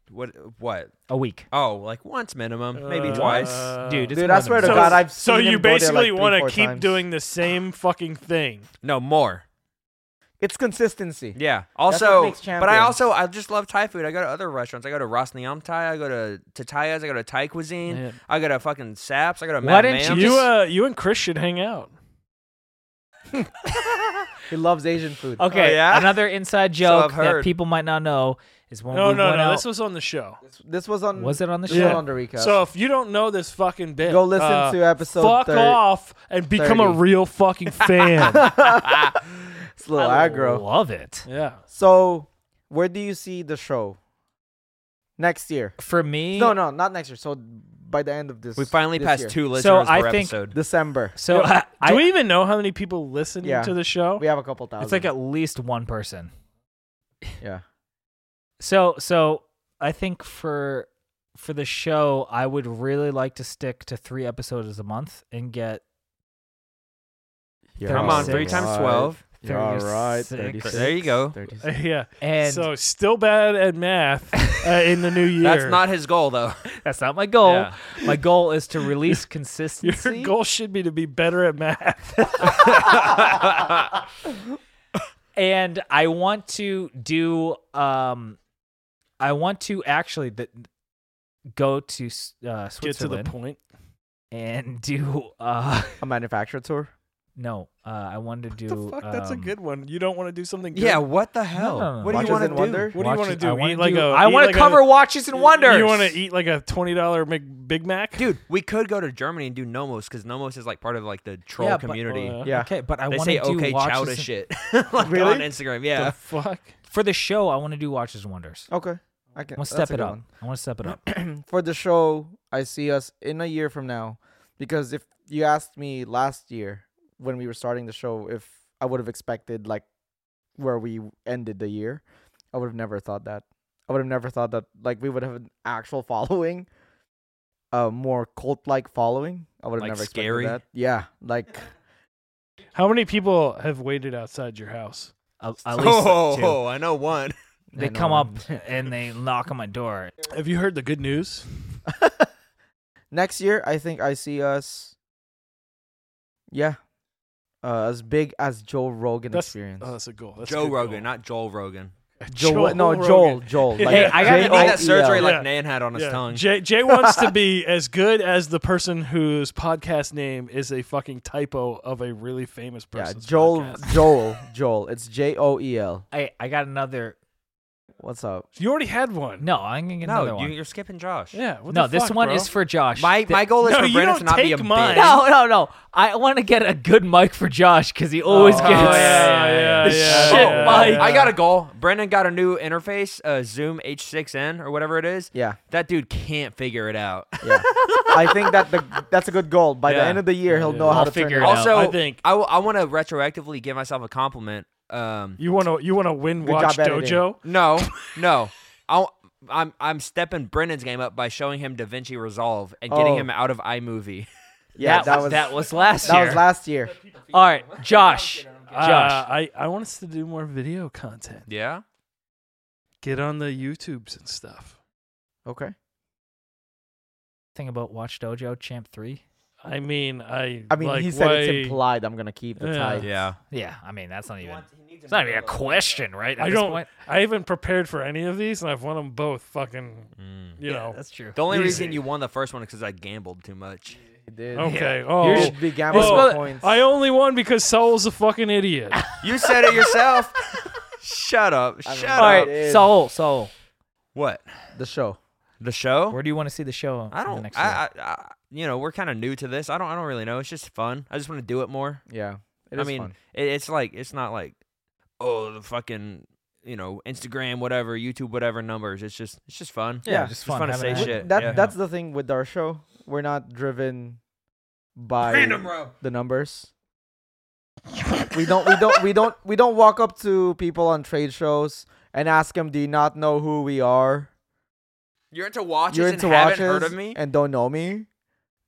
Speaker 1: What? What?
Speaker 2: A week.
Speaker 1: Oh, like once minimum, maybe
Speaker 4: Uh,
Speaker 1: twice.
Speaker 2: Dude, it's
Speaker 3: Dude,
Speaker 2: more
Speaker 3: I
Speaker 2: than
Speaker 3: swear
Speaker 2: a
Speaker 3: to
Speaker 2: week.
Speaker 3: God, I've
Speaker 4: so
Speaker 3: seen
Speaker 4: you
Speaker 3: him go there, like,
Speaker 4: basically
Speaker 3: three,
Speaker 4: want
Speaker 3: four
Speaker 4: to keep
Speaker 3: times.
Speaker 4: doing the same fucking thing.
Speaker 1: No more.
Speaker 3: It's consistency.
Speaker 1: Yeah.
Speaker 3: That's what
Speaker 1: Also,
Speaker 3: makes
Speaker 1: but I
Speaker 3: champions.
Speaker 1: also I just love Thai food. I go to other restaurants. I go to Rosniam Thai. I go to Tataya's. I go to Thai cuisine.
Speaker 2: Yeah.
Speaker 1: I go to fucking Saps. I go to
Speaker 2: Why
Speaker 1: Mad
Speaker 2: didn't
Speaker 1: Mam's.
Speaker 2: I'm
Speaker 4: you
Speaker 2: just-
Speaker 4: uh, you and Chris should hang out.
Speaker 3: He loves Asian food.
Speaker 2: Okay,
Speaker 1: yeah?
Speaker 2: another inside
Speaker 1: So I've
Speaker 2: joke that
Speaker 1: heard.
Speaker 2: people might not know is when
Speaker 4: No,
Speaker 2: we
Speaker 4: no,
Speaker 2: went
Speaker 4: no.
Speaker 2: out.
Speaker 4: This was on the show.
Speaker 3: This, this was on.
Speaker 2: was it on the
Speaker 3: this
Speaker 2: show?
Speaker 3: was
Speaker 4: Yeah.
Speaker 3: on the recap.
Speaker 4: So if you don't know this fucking bit,
Speaker 3: go listen
Speaker 4: uh,
Speaker 3: to episode.
Speaker 4: fuck
Speaker 3: thir-
Speaker 4: off and become a
Speaker 3: 30.
Speaker 4: real fucking fan.
Speaker 3: It's a little
Speaker 2: I
Speaker 3: aggro.
Speaker 2: love it.
Speaker 4: yeah.
Speaker 3: So, where do you see the show next year?
Speaker 2: For me,
Speaker 3: No, no, not next year. So by the end of this,
Speaker 1: We finally
Speaker 3: this
Speaker 1: passed
Speaker 3: year.
Speaker 1: two listeners
Speaker 2: So I
Speaker 1: per
Speaker 2: think-
Speaker 1: episode.
Speaker 3: December.
Speaker 2: So
Speaker 4: Yo,
Speaker 2: I, I-
Speaker 4: Do we even know how many people listen
Speaker 3: Yeah.
Speaker 4: to the show?
Speaker 3: We have a couple thousand.
Speaker 2: it's like at least one person.
Speaker 3: yeah.
Speaker 2: So so I think for for the show, I would really like to stick to three episodes a month and get
Speaker 3: You're
Speaker 1: Come on, three
Speaker 2: Alright.
Speaker 1: times twelve.
Speaker 3: You're alright.
Speaker 2: 36.
Speaker 1: There you go.
Speaker 3: 36.
Speaker 4: yeah.
Speaker 2: and
Speaker 4: so still bad at math uh, in the new year.
Speaker 1: That's not his goal though.
Speaker 2: that's not my goal.
Speaker 1: Yeah.
Speaker 2: My goal is to release
Speaker 4: your
Speaker 2: consistency.
Speaker 4: goal. Should be to be better at math.
Speaker 2: and I want to do um I want to actually the, go to S- uh
Speaker 4: Get to the
Speaker 2: Switzerland
Speaker 4: point.
Speaker 2: and do uh
Speaker 3: A manufacturer tour.
Speaker 2: no, uh I wanted to do
Speaker 4: the fuck? That's a
Speaker 2: um,
Speaker 4: good one. You don't want to do something. Good?
Speaker 1: yeah. What the hell?
Speaker 2: no, no.
Speaker 1: What do
Speaker 3: Watchers
Speaker 1: you want to
Speaker 3: and
Speaker 1: do?
Speaker 3: Wonder?
Speaker 4: What do you wanna
Speaker 2: watches-
Speaker 4: do?
Speaker 2: I wanna
Speaker 4: Eat like
Speaker 2: do-
Speaker 4: a-
Speaker 2: I
Speaker 4: eat
Speaker 2: wanna
Speaker 4: like a-
Speaker 2: cover watches and wonders.
Speaker 4: You want to eat like a twenty dollar Big Mac?
Speaker 1: Dude, we could go to Germany and do Nomos because Nomos is like part of like the troll
Speaker 2: Yeah, but-
Speaker 1: community.
Speaker 4: Uh,
Speaker 3: Yeah.
Speaker 2: Okay, but I
Speaker 1: they
Speaker 2: want
Speaker 1: say
Speaker 2: to do
Speaker 1: okay chow
Speaker 2: watches
Speaker 1: to
Speaker 2: and-
Speaker 1: shit like
Speaker 3: Really?
Speaker 1: on Instagram.
Speaker 4: The
Speaker 1: Yeah.
Speaker 4: fuck.
Speaker 2: for the show. I want to do watches and wonders.
Speaker 3: Okay. I can
Speaker 2: I want to
Speaker 3: that's
Speaker 2: step
Speaker 3: a
Speaker 2: it
Speaker 3: good
Speaker 2: up.
Speaker 3: one.
Speaker 2: I want to step it up.
Speaker 3: for the show, I see us in a year from now. Because if you asked me last year when we were starting the show if I would have expected like where we ended the year, I would have never thought that. I would have never thought that like we would have an actual following, a more cult like following. I would have
Speaker 1: Like
Speaker 3: never
Speaker 1: scary?
Speaker 3: expected that. Yeah, like
Speaker 4: How many people have waited outside your house?
Speaker 2: At, at least
Speaker 1: Oh,
Speaker 2: two.
Speaker 1: oh, I know one.
Speaker 2: they
Speaker 3: I know
Speaker 2: come up
Speaker 3: one.
Speaker 2: and they knock on my door.
Speaker 4: Have you heard the good news?
Speaker 3: next year I think I see us. Yeah, uh, as big as Joe Rogan
Speaker 4: That's-
Speaker 3: experience.
Speaker 4: Oh, that's a goal. That's a
Speaker 1: Joe
Speaker 4: good
Speaker 1: Rogan,
Speaker 4: goal.
Speaker 1: not Joel Rogan.
Speaker 3: Joel, no
Speaker 4: Rogan.
Speaker 3: Joel Joel. Like, E
Speaker 4: Hey, I gotta
Speaker 1: He
Speaker 4: need
Speaker 1: had
Speaker 4: Oh,
Speaker 1: that surgery
Speaker 3: J-O-E-L.
Speaker 1: like
Speaker 4: Yeah.
Speaker 1: Nan had on his tongue.
Speaker 4: Jay, Jay wants to be as good as the person whose podcast name is a fucking typo of a really famous
Speaker 3: yeah,
Speaker 4: person.
Speaker 3: Joel Joel Joel. It's J O E L.
Speaker 2: I I got another.
Speaker 3: What's up?
Speaker 4: You already had one.
Speaker 2: No, I'm gonna get another
Speaker 1: no, you,
Speaker 2: one.
Speaker 1: you're skipping Josh.
Speaker 4: Yeah. what
Speaker 2: no,
Speaker 4: the
Speaker 2: this
Speaker 4: fuck,
Speaker 2: one
Speaker 4: bro?
Speaker 2: is for Josh.
Speaker 1: My
Speaker 2: Th-
Speaker 1: my goal is
Speaker 4: No,
Speaker 1: for
Speaker 4: you
Speaker 1: Brennan
Speaker 4: don't
Speaker 1: to not be
Speaker 4: take
Speaker 1: a
Speaker 4: mine.
Speaker 1: bitch.
Speaker 2: no, no, no. I want to get a good mic for Josh because he always
Speaker 4: Oh,
Speaker 2: gets
Speaker 4: yeah, yeah,
Speaker 2: the
Speaker 4: yeah,
Speaker 2: shit
Speaker 4: yeah,
Speaker 2: mic.
Speaker 4: yeah.
Speaker 1: I got a goal. Brennan got a new interface, uh, Zoom H6n or whatever it is.
Speaker 3: Yeah,
Speaker 1: That dude can't figure it out.
Speaker 3: yeah. I think that the that's a good goal. By the
Speaker 1: Yeah.
Speaker 3: end of the year, he'll know
Speaker 2: I'll
Speaker 3: how to
Speaker 2: figure
Speaker 3: figure
Speaker 2: it
Speaker 3: it
Speaker 2: out.
Speaker 3: out.
Speaker 1: also,
Speaker 4: I think-
Speaker 1: I, want to retroactively give myself a compliment. Um,
Speaker 4: You want to you want to win
Speaker 3: Good
Speaker 4: watch
Speaker 3: job editing.
Speaker 4: dojo?
Speaker 1: no, no, I, I'm I'm stepping Brennan's game up by showing him DaVinci Resolve and getting
Speaker 3: Oh.
Speaker 1: him out of iMovie.
Speaker 3: Yeah,
Speaker 2: that, was that was last
Speaker 3: that
Speaker 2: year.
Speaker 3: was last year.
Speaker 2: All right, Josh.
Speaker 4: Uh,
Speaker 2: Josh.
Speaker 4: I I want us to do more video content.
Speaker 1: Yeah,
Speaker 4: Get on the YouTubes and stuff.
Speaker 3: Okay.
Speaker 2: Thing about Watch Dojo Champ Three.
Speaker 4: I mean, I
Speaker 3: I mean,
Speaker 4: like,
Speaker 3: he said
Speaker 4: why-
Speaker 3: it's implied. I'm gonna keep the
Speaker 4: Yeah.
Speaker 3: title.
Speaker 1: yeah.
Speaker 2: Yeah, I mean that's not even it's not even a question, right? At
Speaker 4: I
Speaker 2: this
Speaker 4: don't.
Speaker 2: point?
Speaker 4: I haven't prepared for any of these, and I've won them both. Fucking,
Speaker 1: Mm.
Speaker 4: you know.
Speaker 2: that's true.
Speaker 1: The only
Speaker 4: Easy.
Speaker 1: reason you won the first one is because I gambled too much.
Speaker 3: He did.
Speaker 4: Okay.
Speaker 3: You
Speaker 4: Oh,
Speaker 3: should be gambling
Speaker 4: Oh.
Speaker 3: with points.
Speaker 4: I only won because Saul's a fucking idiot.
Speaker 1: You said it yourself. Shut up.
Speaker 3: I mean,
Speaker 1: Shut
Speaker 2: All
Speaker 1: up.
Speaker 3: It
Speaker 2: right,
Speaker 3: is.
Speaker 2: Soul, Soul.
Speaker 1: What?
Speaker 3: the show.
Speaker 1: The show?
Speaker 2: Where do you want to see the show?
Speaker 1: I
Speaker 2: in the
Speaker 1: don't.
Speaker 2: next year?
Speaker 1: I, I, I, you know, we're kind of new to this. I don't. I don't really know. It's just fun. I just want to do it more.
Speaker 3: Yeah. It
Speaker 1: I
Speaker 3: is
Speaker 1: mean,
Speaker 3: fun.
Speaker 1: It, it's like it's not like, oh, the fucking, you know, Instagram, whatever, YouTube, whatever numbers. It's just, it's just fun.
Speaker 2: yeah,
Speaker 3: yeah,
Speaker 2: just
Speaker 1: It's
Speaker 2: fun.
Speaker 1: fun to
Speaker 2: having
Speaker 1: say
Speaker 2: a-
Speaker 1: shit.
Speaker 3: that
Speaker 1: yeah.
Speaker 3: that's the thing with our show. We're not driven by the numbers. we don't we don't we don't we don't walk up to people on trade shows and ask them, "Do you not know who we are?
Speaker 1: You're into watches
Speaker 3: You're
Speaker 1: and
Speaker 3: into
Speaker 1: haven't
Speaker 3: watches
Speaker 1: heard of me.
Speaker 3: and don't know me."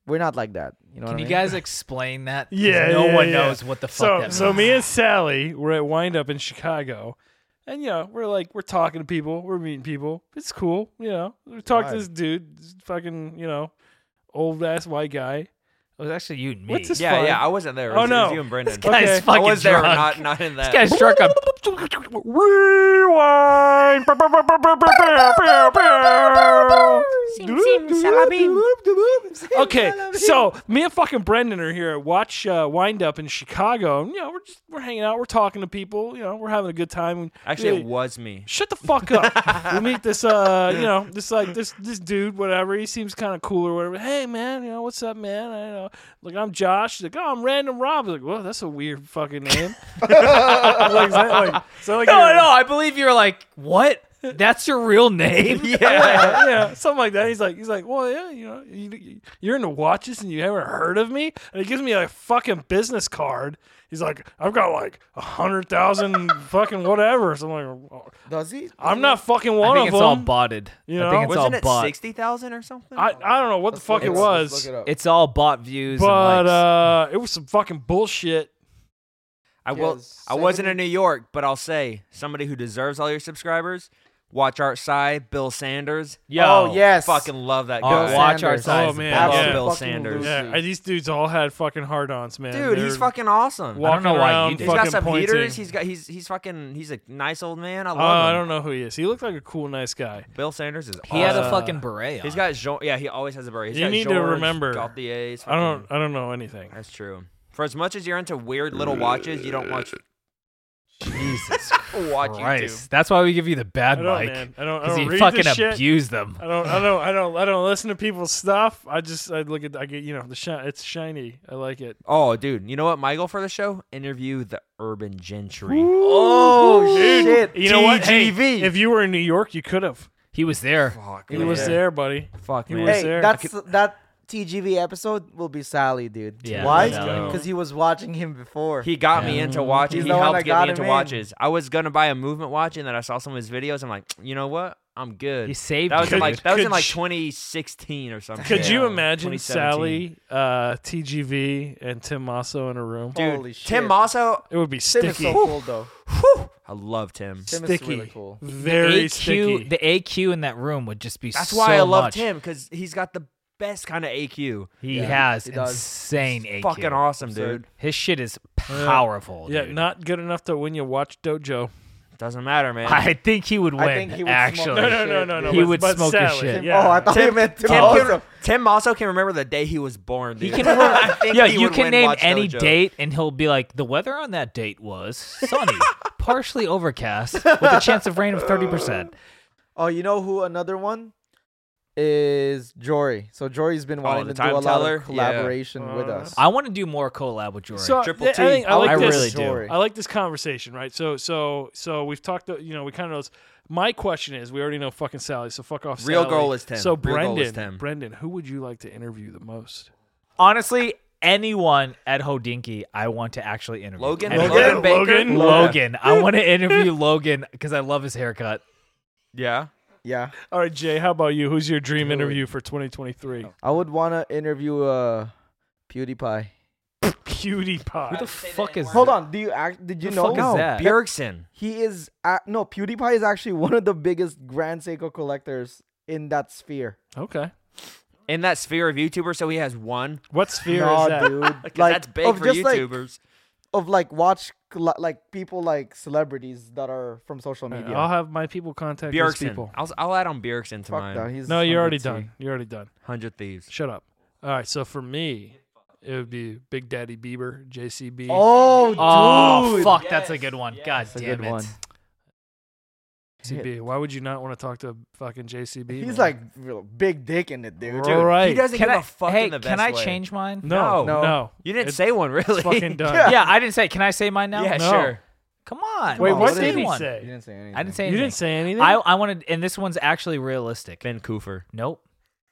Speaker 3: We're not like that. You know
Speaker 2: Can
Speaker 3: what
Speaker 2: you
Speaker 3: I mean?
Speaker 2: guys explain that? 'Cause
Speaker 4: Yeah,
Speaker 2: no
Speaker 4: yeah,
Speaker 2: one
Speaker 4: yeah.
Speaker 2: knows what the fuck
Speaker 4: so,
Speaker 2: that
Speaker 4: so
Speaker 2: means.
Speaker 4: me and Sally were at Wind Up in Chicago, And you know, we're like we're talking to people, we're meeting people. It's cool, you know. We talked to
Speaker 3: Right.
Speaker 4: this dude, this fucking, you know, old ass white guy.
Speaker 2: It was Oh, actually you and me.
Speaker 4: What's this-
Speaker 1: yeah,
Speaker 4: fine.
Speaker 1: yeah. I wasn't there. It
Speaker 4: Oh,
Speaker 1: was, it was
Speaker 4: no.
Speaker 1: you and Brendan.
Speaker 4: guy-
Speaker 2: guy's
Speaker 4: okay. I
Speaker 1: I
Speaker 2: fucking
Speaker 1: was there,
Speaker 2: drunk.
Speaker 1: not not in
Speaker 2: this
Speaker 1: that.
Speaker 2: guy's drunk on
Speaker 4: Rewind. okay, so me and fucking Brendan are here at Watch uh, Wind Up in Chicago. And, you know, we're just we're hanging out, we're talking to people. You know, we're having a good time.
Speaker 1: Actually,
Speaker 4: Yeah.
Speaker 1: it was me.
Speaker 4: Shut the fuck up. we meet this uh, you know, this like this this dude, whatever. He seems kind of cool or whatever. Hey man, you know, what's up, man? I know. Like I'm Josh. He's like, oh, I'm Random Rob. I was like, well, that's a weird fucking name. like, is that like, is that like
Speaker 2: No,
Speaker 4: your-
Speaker 2: no, I believe you're like, what? That's your real name?
Speaker 1: Yeah.
Speaker 4: yeah, yeah, something like that. He's like, he's like, well, yeah, you know, you, you're into watches and you haven't heard of me, and he gives me a fucking business card. He's like, I've got like a hundred thousand fucking whatever. So I'm like, "Oh,
Speaker 3: Does he?
Speaker 4: I'm not fucking one
Speaker 2: I think
Speaker 4: of
Speaker 2: it's all
Speaker 4: them.
Speaker 2: botted.
Speaker 4: You
Speaker 2: I
Speaker 4: know?
Speaker 2: think it's
Speaker 1: Wasn't
Speaker 2: all
Speaker 1: it
Speaker 2: bot.
Speaker 1: sixty thousand or something?
Speaker 4: I, I don't know what the fuck it was,
Speaker 2: It's all bot views.
Speaker 4: but
Speaker 2: and likes.
Speaker 4: uh, it was some fucking bullshit.
Speaker 1: I will.
Speaker 3: Yes,
Speaker 1: I wasn't in
Speaker 3: 70.
Speaker 1: New York, but I'll say somebody who deserves all your subscribers. Watch Art Psy, Bill Sanders.
Speaker 2: Yo.
Speaker 3: oh, yes.
Speaker 1: fucking love that
Speaker 2: Oh,
Speaker 1: guy.
Speaker 3: Bill
Speaker 2: watch our
Speaker 3: Sanders.
Speaker 2: size.
Speaker 4: Oh, man,
Speaker 1: I
Speaker 4: Bill
Speaker 1: love
Speaker 4: yeah.
Speaker 1: Bill
Speaker 3: Fucking
Speaker 1: Sanders.
Speaker 3: Lucy.
Speaker 4: Yeah, and these dudes all had fucking hard ons, man.
Speaker 1: Dude, he's
Speaker 4: They're
Speaker 1: fucking awesome.
Speaker 2: Wow.
Speaker 4: walking
Speaker 2: I don't know why
Speaker 4: around.
Speaker 2: you
Speaker 1: He's
Speaker 2: did.
Speaker 4: fucking
Speaker 1: got some
Speaker 4: pointing.
Speaker 1: heaters. He's got he's he's fucking he's a nice old man. I love
Speaker 4: Oh, I
Speaker 1: him.
Speaker 4: don't know who he is. He looked like a cool, nice guy.
Speaker 1: Bill Sanders is
Speaker 2: he had
Speaker 1: awesome.
Speaker 2: a fucking beret.
Speaker 1: He's
Speaker 2: on.
Speaker 1: got Jean, yeah, he always has a beret. He's
Speaker 4: You
Speaker 1: got
Speaker 4: need to
Speaker 1: George,
Speaker 4: remember.
Speaker 1: Gaultier's
Speaker 4: I don't,
Speaker 1: fucking-
Speaker 4: I don't know anything.
Speaker 1: That's true. For as much as you're into weird little watches, you don't watch
Speaker 2: Jesus
Speaker 4: Uh,
Speaker 1: watch
Speaker 2: Christ. That's why we give you the bad
Speaker 4: I don't,
Speaker 2: mic.
Speaker 4: man. I don't. I
Speaker 2: Because
Speaker 4: don't
Speaker 2: you
Speaker 4: read
Speaker 2: fucking
Speaker 4: this shit.
Speaker 2: abuse them.
Speaker 4: I don't. I don't. I don't. I don't listen to people's stuff. I just. I look at. I get. You know. The shine. It's shiny. I like it.
Speaker 1: Oh, dude, you know what? My goal for the show: interview the urban gentry.
Speaker 3: Oh
Speaker 4: Dude,
Speaker 3: shit!
Speaker 4: You know what? Hey,
Speaker 1: TGV.
Speaker 4: if you were in New York, you could have.
Speaker 2: He was there.
Speaker 1: Fuck,
Speaker 3: He
Speaker 4: You
Speaker 1: man.
Speaker 4: was
Speaker 3: Yeah.
Speaker 4: there, buddy.
Speaker 1: Fuck,
Speaker 4: He
Speaker 1: man.
Speaker 4: was
Speaker 3: Hey,
Speaker 4: there.
Speaker 3: that's that TGV episode will be Sally, dude.
Speaker 2: Yeah,
Speaker 3: Why?
Speaker 4: let's go.
Speaker 3: Because he was watching him before.
Speaker 1: He got me
Speaker 2: Yeah.
Speaker 1: into watches.
Speaker 3: He's
Speaker 1: He
Speaker 3: the one
Speaker 1: helped
Speaker 3: that
Speaker 1: get
Speaker 3: got
Speaker 1: me into
Speaker 3: him in.
Speaker 1: watches. I was gonna buy a movement watch, and then I saw some of his videos. I'm like, you know what? I'm good.
Speaker 2: He saved
Speaker 1: That was in
Speaker 2: you.
Speaker 1: like that was in
Speaker 4: Could
Speaker 1: like
Speaker 4: sh-
Speaker 1: 2016 or something.
Speaker 4: Could you
Speaker 1: Yeah.
Speaker 4: imagine Sally,
Speaker 1: 2017.
Speaker 4: uh, TGV, and Tim Masso in a room?
Speaker 1: Dude,
Speaker 3: Holy shit.
Speaker 1: Tim Masso.
Speaker 4: It would be
Speaker 3: Tim is
Speaker 4: sticky.
Speaker 3: so cool though.
Speaker 1: Whew, I love Tim.
Speaker 3: Tim
Speaker 4: sticky.
Speaker 3: is really cool.
Speaker 4: Very
Speaker 2: AQ,
Speaker 4: sticky.
Speaker 2: The AQ in that room would just be
Speaker 1: That's
Speaker 2: so
Speaker 1: why I love
Speaker 2: much.
Speaker 1: Tim because he's got the best kind of AQ.
Speaker 2: He
Speaker 3: Yeah,
Speaker 2: has
Speaker 3: he does.
Speaker 2: insane AQ.
Speaker 1: Fucking awesome,
Speaker 3: Absurd.
Speaker 1: dude.
Speaker 2: His shit is powerful.
Speaker 4: yeah,
Speaker 2: dude.
Speaker 4: not good enough to win you watch dojo.
Speaker 1: Doesn't matter, man.
Speaker 2: I think he would win.
Speaker 3: I think he would smoke
Speaker 2: actually,
Speaker 4: No,
Speaker 3: Holy
Speaker 4: no, no,
Speaker 3: shit,
Speaker 4: no, no.
Speaker 2: He
Speaker 4: but-
Speaker 2: would
Speaker 4: but
Speaker 2: smoke your
Speaker 4: Sally,
Speaker 2: shit.
Speaker 4: Yeah.
Speaker 3: Oh, I thought you meant Tim.
Speaker 1: Tim,
Speaker 3: also.
Speaker 1: can, Tim also can remember the day he was born. Dude.
Speaker 2: He can
Speaker 1: I think
Speaker 2: yeah,
Speaker 1: he
Speaker 2: you
Speaker 1: would
Speaker 2: can
Speaker 1: win
Speaker 2: name
Speaker 1: Watch
Speaker 2: any
Speaker 1: Dojo.
Speaker 2: date, and he'll be like, the weather on that date was sunny, partially overcast, with a chance of rain of thirty percent.
Speaker 3: Oh, you know who? Another one is Jory. So Jory's been wanting
Speaker 1: the
Speaker 3: to
Speaker 1: time
Speaker 3: do a lot
Speaker 1: teller?
Speaker 3: of collaboration
Speaker 4: Yeah.
Speaker 3: with
Speaker 4: Uh,
Speaker 3: us.
Speaker 2: I want to do more collab with Jory.
Speaker 4: So
Speaker 1: Triple
Speaker 4: I, I
Speaker 1: T.
Speaker 4: think I like
Speaker 2: Oh, I
Speaker 4: this.
Speaker 2: really do.
Speaker 3: Jory.
Speaker 4: I like this conversation, right? So, so, so we've talked. To, you know, we kind of know. This. My question is, we already know fucking Sally, so fuck off.
Speaker 1: Real
Speaker 4: Sally.
Speaker 1: goal is Tim.
Speaker 4: So
Speaker 1: Real
Speaker 4: Brendan,
Speaker 1: goal is Tim.
Speaker 4: Brendan, who would you like to interview the most?
Speaker 2: honestly, anyone at Hodinky, I want to actually interview.
Speaker 1: Logan,
Speaker 2: And
Speaker 1: Logan,
Speaker 4: Logan,
Speaker 1: Baker.
Speaker 4: Logan.
Speaker 2: Logan, I want to interview Logan because I love his haircut.
Speaker 1: Yeah.
Speaker 3: yeah,
Speaker 4: All right, Jay, how about you? Who's your dream
Speaker 3: Dude.
Speaker 4: interview for 2023?
Speaker 3: I would want to interview uh, PewDiePie.
Speaker 2: Who the
Speaker 4: PewDiePie.
Speaker 2: fuck is?
Speaker 3: Hold on, do you act? Did you
Speaker 2: The
Speaker 3: know?
Speaker 2: fuck is
Speaker 3: No.
Speaker 2: that?
Speaker 1: Bjergsen.
Speaker 3: He is a no. PewDiePie is actually one of the biggest Grand Seiko collectors in that sphere.
Speaker 4: Okay,
Speaker 1: In that sphere of YouTubers, so he has one.
Speaker 4: what sphere
Speaker 3: Nah,
Speaker 4: is that?
Speaker 3: dude.
Speaker 1: 'Cause
Speaker 3: like
Speaker 1: that's big
Speaker 3: of
Speaker 1: for
Speaker 3: just like
Speaker 1: YouTubers.
Speaker 3: of like watch coll- like people like celebrities that are from social
Speaker 4: All right,
Speaker 3: media.
Speaker 4: Uh, I'll have my people contact these
Speaker 1: Bjergsen.
Speaker 4: people.
Speaker 1: I'll, I'll add on Bjergsen to
Speaker 3: Fuck
Speaker 1: mine.
Speaker 3: no, he's
Speaker 4: No, you're already
Speaker 3: 100T.
Speaker 4: done. You're already done.
Speaker 1: 100 Thieves.
Speaker 4: Shut up. All right, so for me, it would be Big Daddy Bieber, JCB.
Speaker 3: Oh,
Speaker 2: Oh
Speaker 3: dude.
Speaker 2: fuck, that's a good one. God
Speaker 3: That's a
Speaker 2: damn
Speaker 3: good
Speaker 2: it.
Speaker 3: one.
Speaker 4: JCB. Why would you not want to talk to fucking JCB?
Speaker 3: He's
Speaker 4: man?
Speaker 3: like real big dick in it, dude.
Speaker 1: Dude,
Speaker 4: Right.
Speaker 1: He doesn't
Speaker 2: Can
Speaker 1: give
Speaker 2: I,
Speaker 1: a fuck
Speaker 2: hey,
Speaker 1: in the best
Speaker 2: can I
Speaker 1: way.
Speaker 2: change mine?
Speaker 4: no,
Speaker 3: No.
Speaker 4: no, no.
Speaker 1: You didn't
Speaker 4: It's-
Speaker 1: say one, really.
Speaker 4: It's fucking done.
Speaker 3: Yeah.
Speaker 2: Yeah, I didn't say. Can I say mine now?
Speaker 1: Yeah,
Speaker 4: No.
Speaker 1: sure.
Speaker 2: Come on.
Speaker 4: Wait,
Speaker 3: on,
Speaker 4: what
Speaker 3: what
Speaker 4: did
Speaker 3: is
Speaker 4: he
Speaker 2: anyone?
Speaker 3: You
Speaker 4: say?
Speaker 3: didn't say anything.
Speaker 2: I didn't say
Speaker 4: You
Speaker 2: anything.
Speaker 4: didn't say anything.
Speaker 2: I, I wanted, and this one's actually realistic.
Speaker 1: Ben Cooper.
Speaker 2: Nope.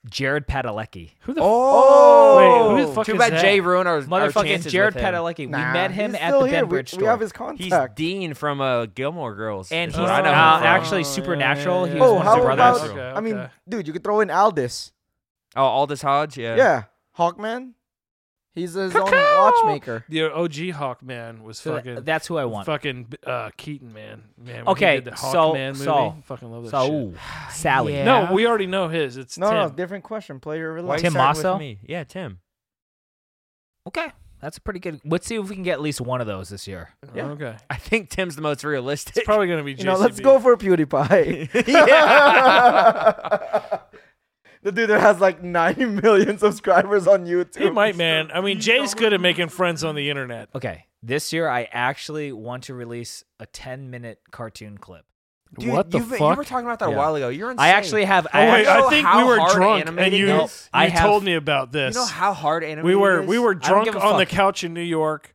Speaker 2: Jared Padalecki.
Speaker 4: who the
Speaker 1: Oh,
Speaker 4: Wait, who the fuck
Speaker 1: too
Speaker 4: is
Speaker 1: bad
Speaker 4: that?
Speaker 1: Jay ruined our our
Speaker 2: Motherfucking
Speaker 1: chances
Speaker 2: Jared
Speaker 1: with him.
Speaker 2: Padalecki.
Speaker 3: Nah,
Speaker 2: we met him
Speaker 3: he's
Speaker 2: at
Speaker 3: still
Speaker 2: the
Speaker 3: here.
Speaker 2: Benbridge
Speaker 3: we,
Speaker 2: store.
Speaker 3: we have his
Speaker 1: He's
Speaker 3: contact.
Speaker 1: Dean from uh, Gilmore Girls.
Speaker 2: and
Speaker 1: is
Speaker 2: he's
Speaker 1: what I
Speaker 4: Oh,
Speaker 1: know him
Speaker 2: uh,
Speaker 1: from.
Speaker 2: actually
Speaker 4: yeah,
Speaker 2: supernatural.
Speaker 4: yeah,
Speaker 2: He
Speaker 4: yeah.
Speaker 2: was
Speaker 3: oh,
Speaker 2: one
Speaker 3: how
Speaker 2: of
Speaker 3: about?
Speaker 2: Supernatural.
Speaker 4: Okay,
Speaker 3: I mean,
Speaker 4: okay.
Speaker 3: dude, you could throw in Aldis.
Speaker 1: Oh, Aldous Hodge. Yeah.
Speaker 3: Yeah, Hawkman. He's his own watchmaker.
Speaker 4: The OG Hawkman was
Speaker 2: So that-
Speaker 4: fucking
Speaker 2: that's who I want.
Speaker 4: fucking uh, Keaton man. Man, when he
Speaker 2: Okay,
Speaker 4: did the
Speaker 2: so-
Speaker 4: Hawkman movie.
Speaker 2: so-
Speaker 4: fucking love that shit.
Speaker 2: So Sally.
Speaker 4: No, we already know his. It's
Speaker 3: No, no,
Speaker 4: Tim.
Speaker 3: different question. Player
Speaker 1: Why you
Speaker 3: related.
Speaker 2: Tim
Speaker 1: starting with
Speaker 2: Mosso?
Speaker 1: me? Yeah, Tim.
Speaker 2: Okay, that's a pretty good. Let's see if we can get at least one of those this year.
Speaker 3: Yeah.
Speaker 4: Oh, Okay.
Speaker 1: I think Tim's the most realistic.
Speaker 4: It's probably gonna be JCB.
Speaker 3: You know, let's go for PewDiePie. the dude that has like nine million subscribers on YouTube.
Speaker 4: He might, man. I mean, Jay's good at making friends on the internet.
Speaker 2: Okay, this year I actually want to release a 10 minute cartoon clip.
Speaker 1: Dude,
Speaker 4: what the
Speaker 1: you've been-
Speaker 4: fuck?
Speaker 1: You were talking about that
Speaker 2: Yeah.
Speaker 1: a while ago. You're insane.
Speaker 2: I actually have.
Speaker 4: oh
Speaker 2: I
Speaker 4: wait,
Speaker 2: actually-
Speaker 1: know
Speaker 4: I think
Speaker 1: how
Speaker 4: we were
Speaker 1: hard
Speaker 4: drunk and
Speaker 1: animating
Speaker 4: you,
Speaker 1: is.
Speaker 4: you
Speaker 1: No,
Speaker 2: I have-
Speaker 4: told me about this.
Speaker 1: You know how hard anime
Speaker 4: we were we were
Speaker 2: I don't
Speaker 4: drunk
Speaker 2: give a
Speaker 4: on the
Speaker 2: fuck.
Speaker 4: couch in New York,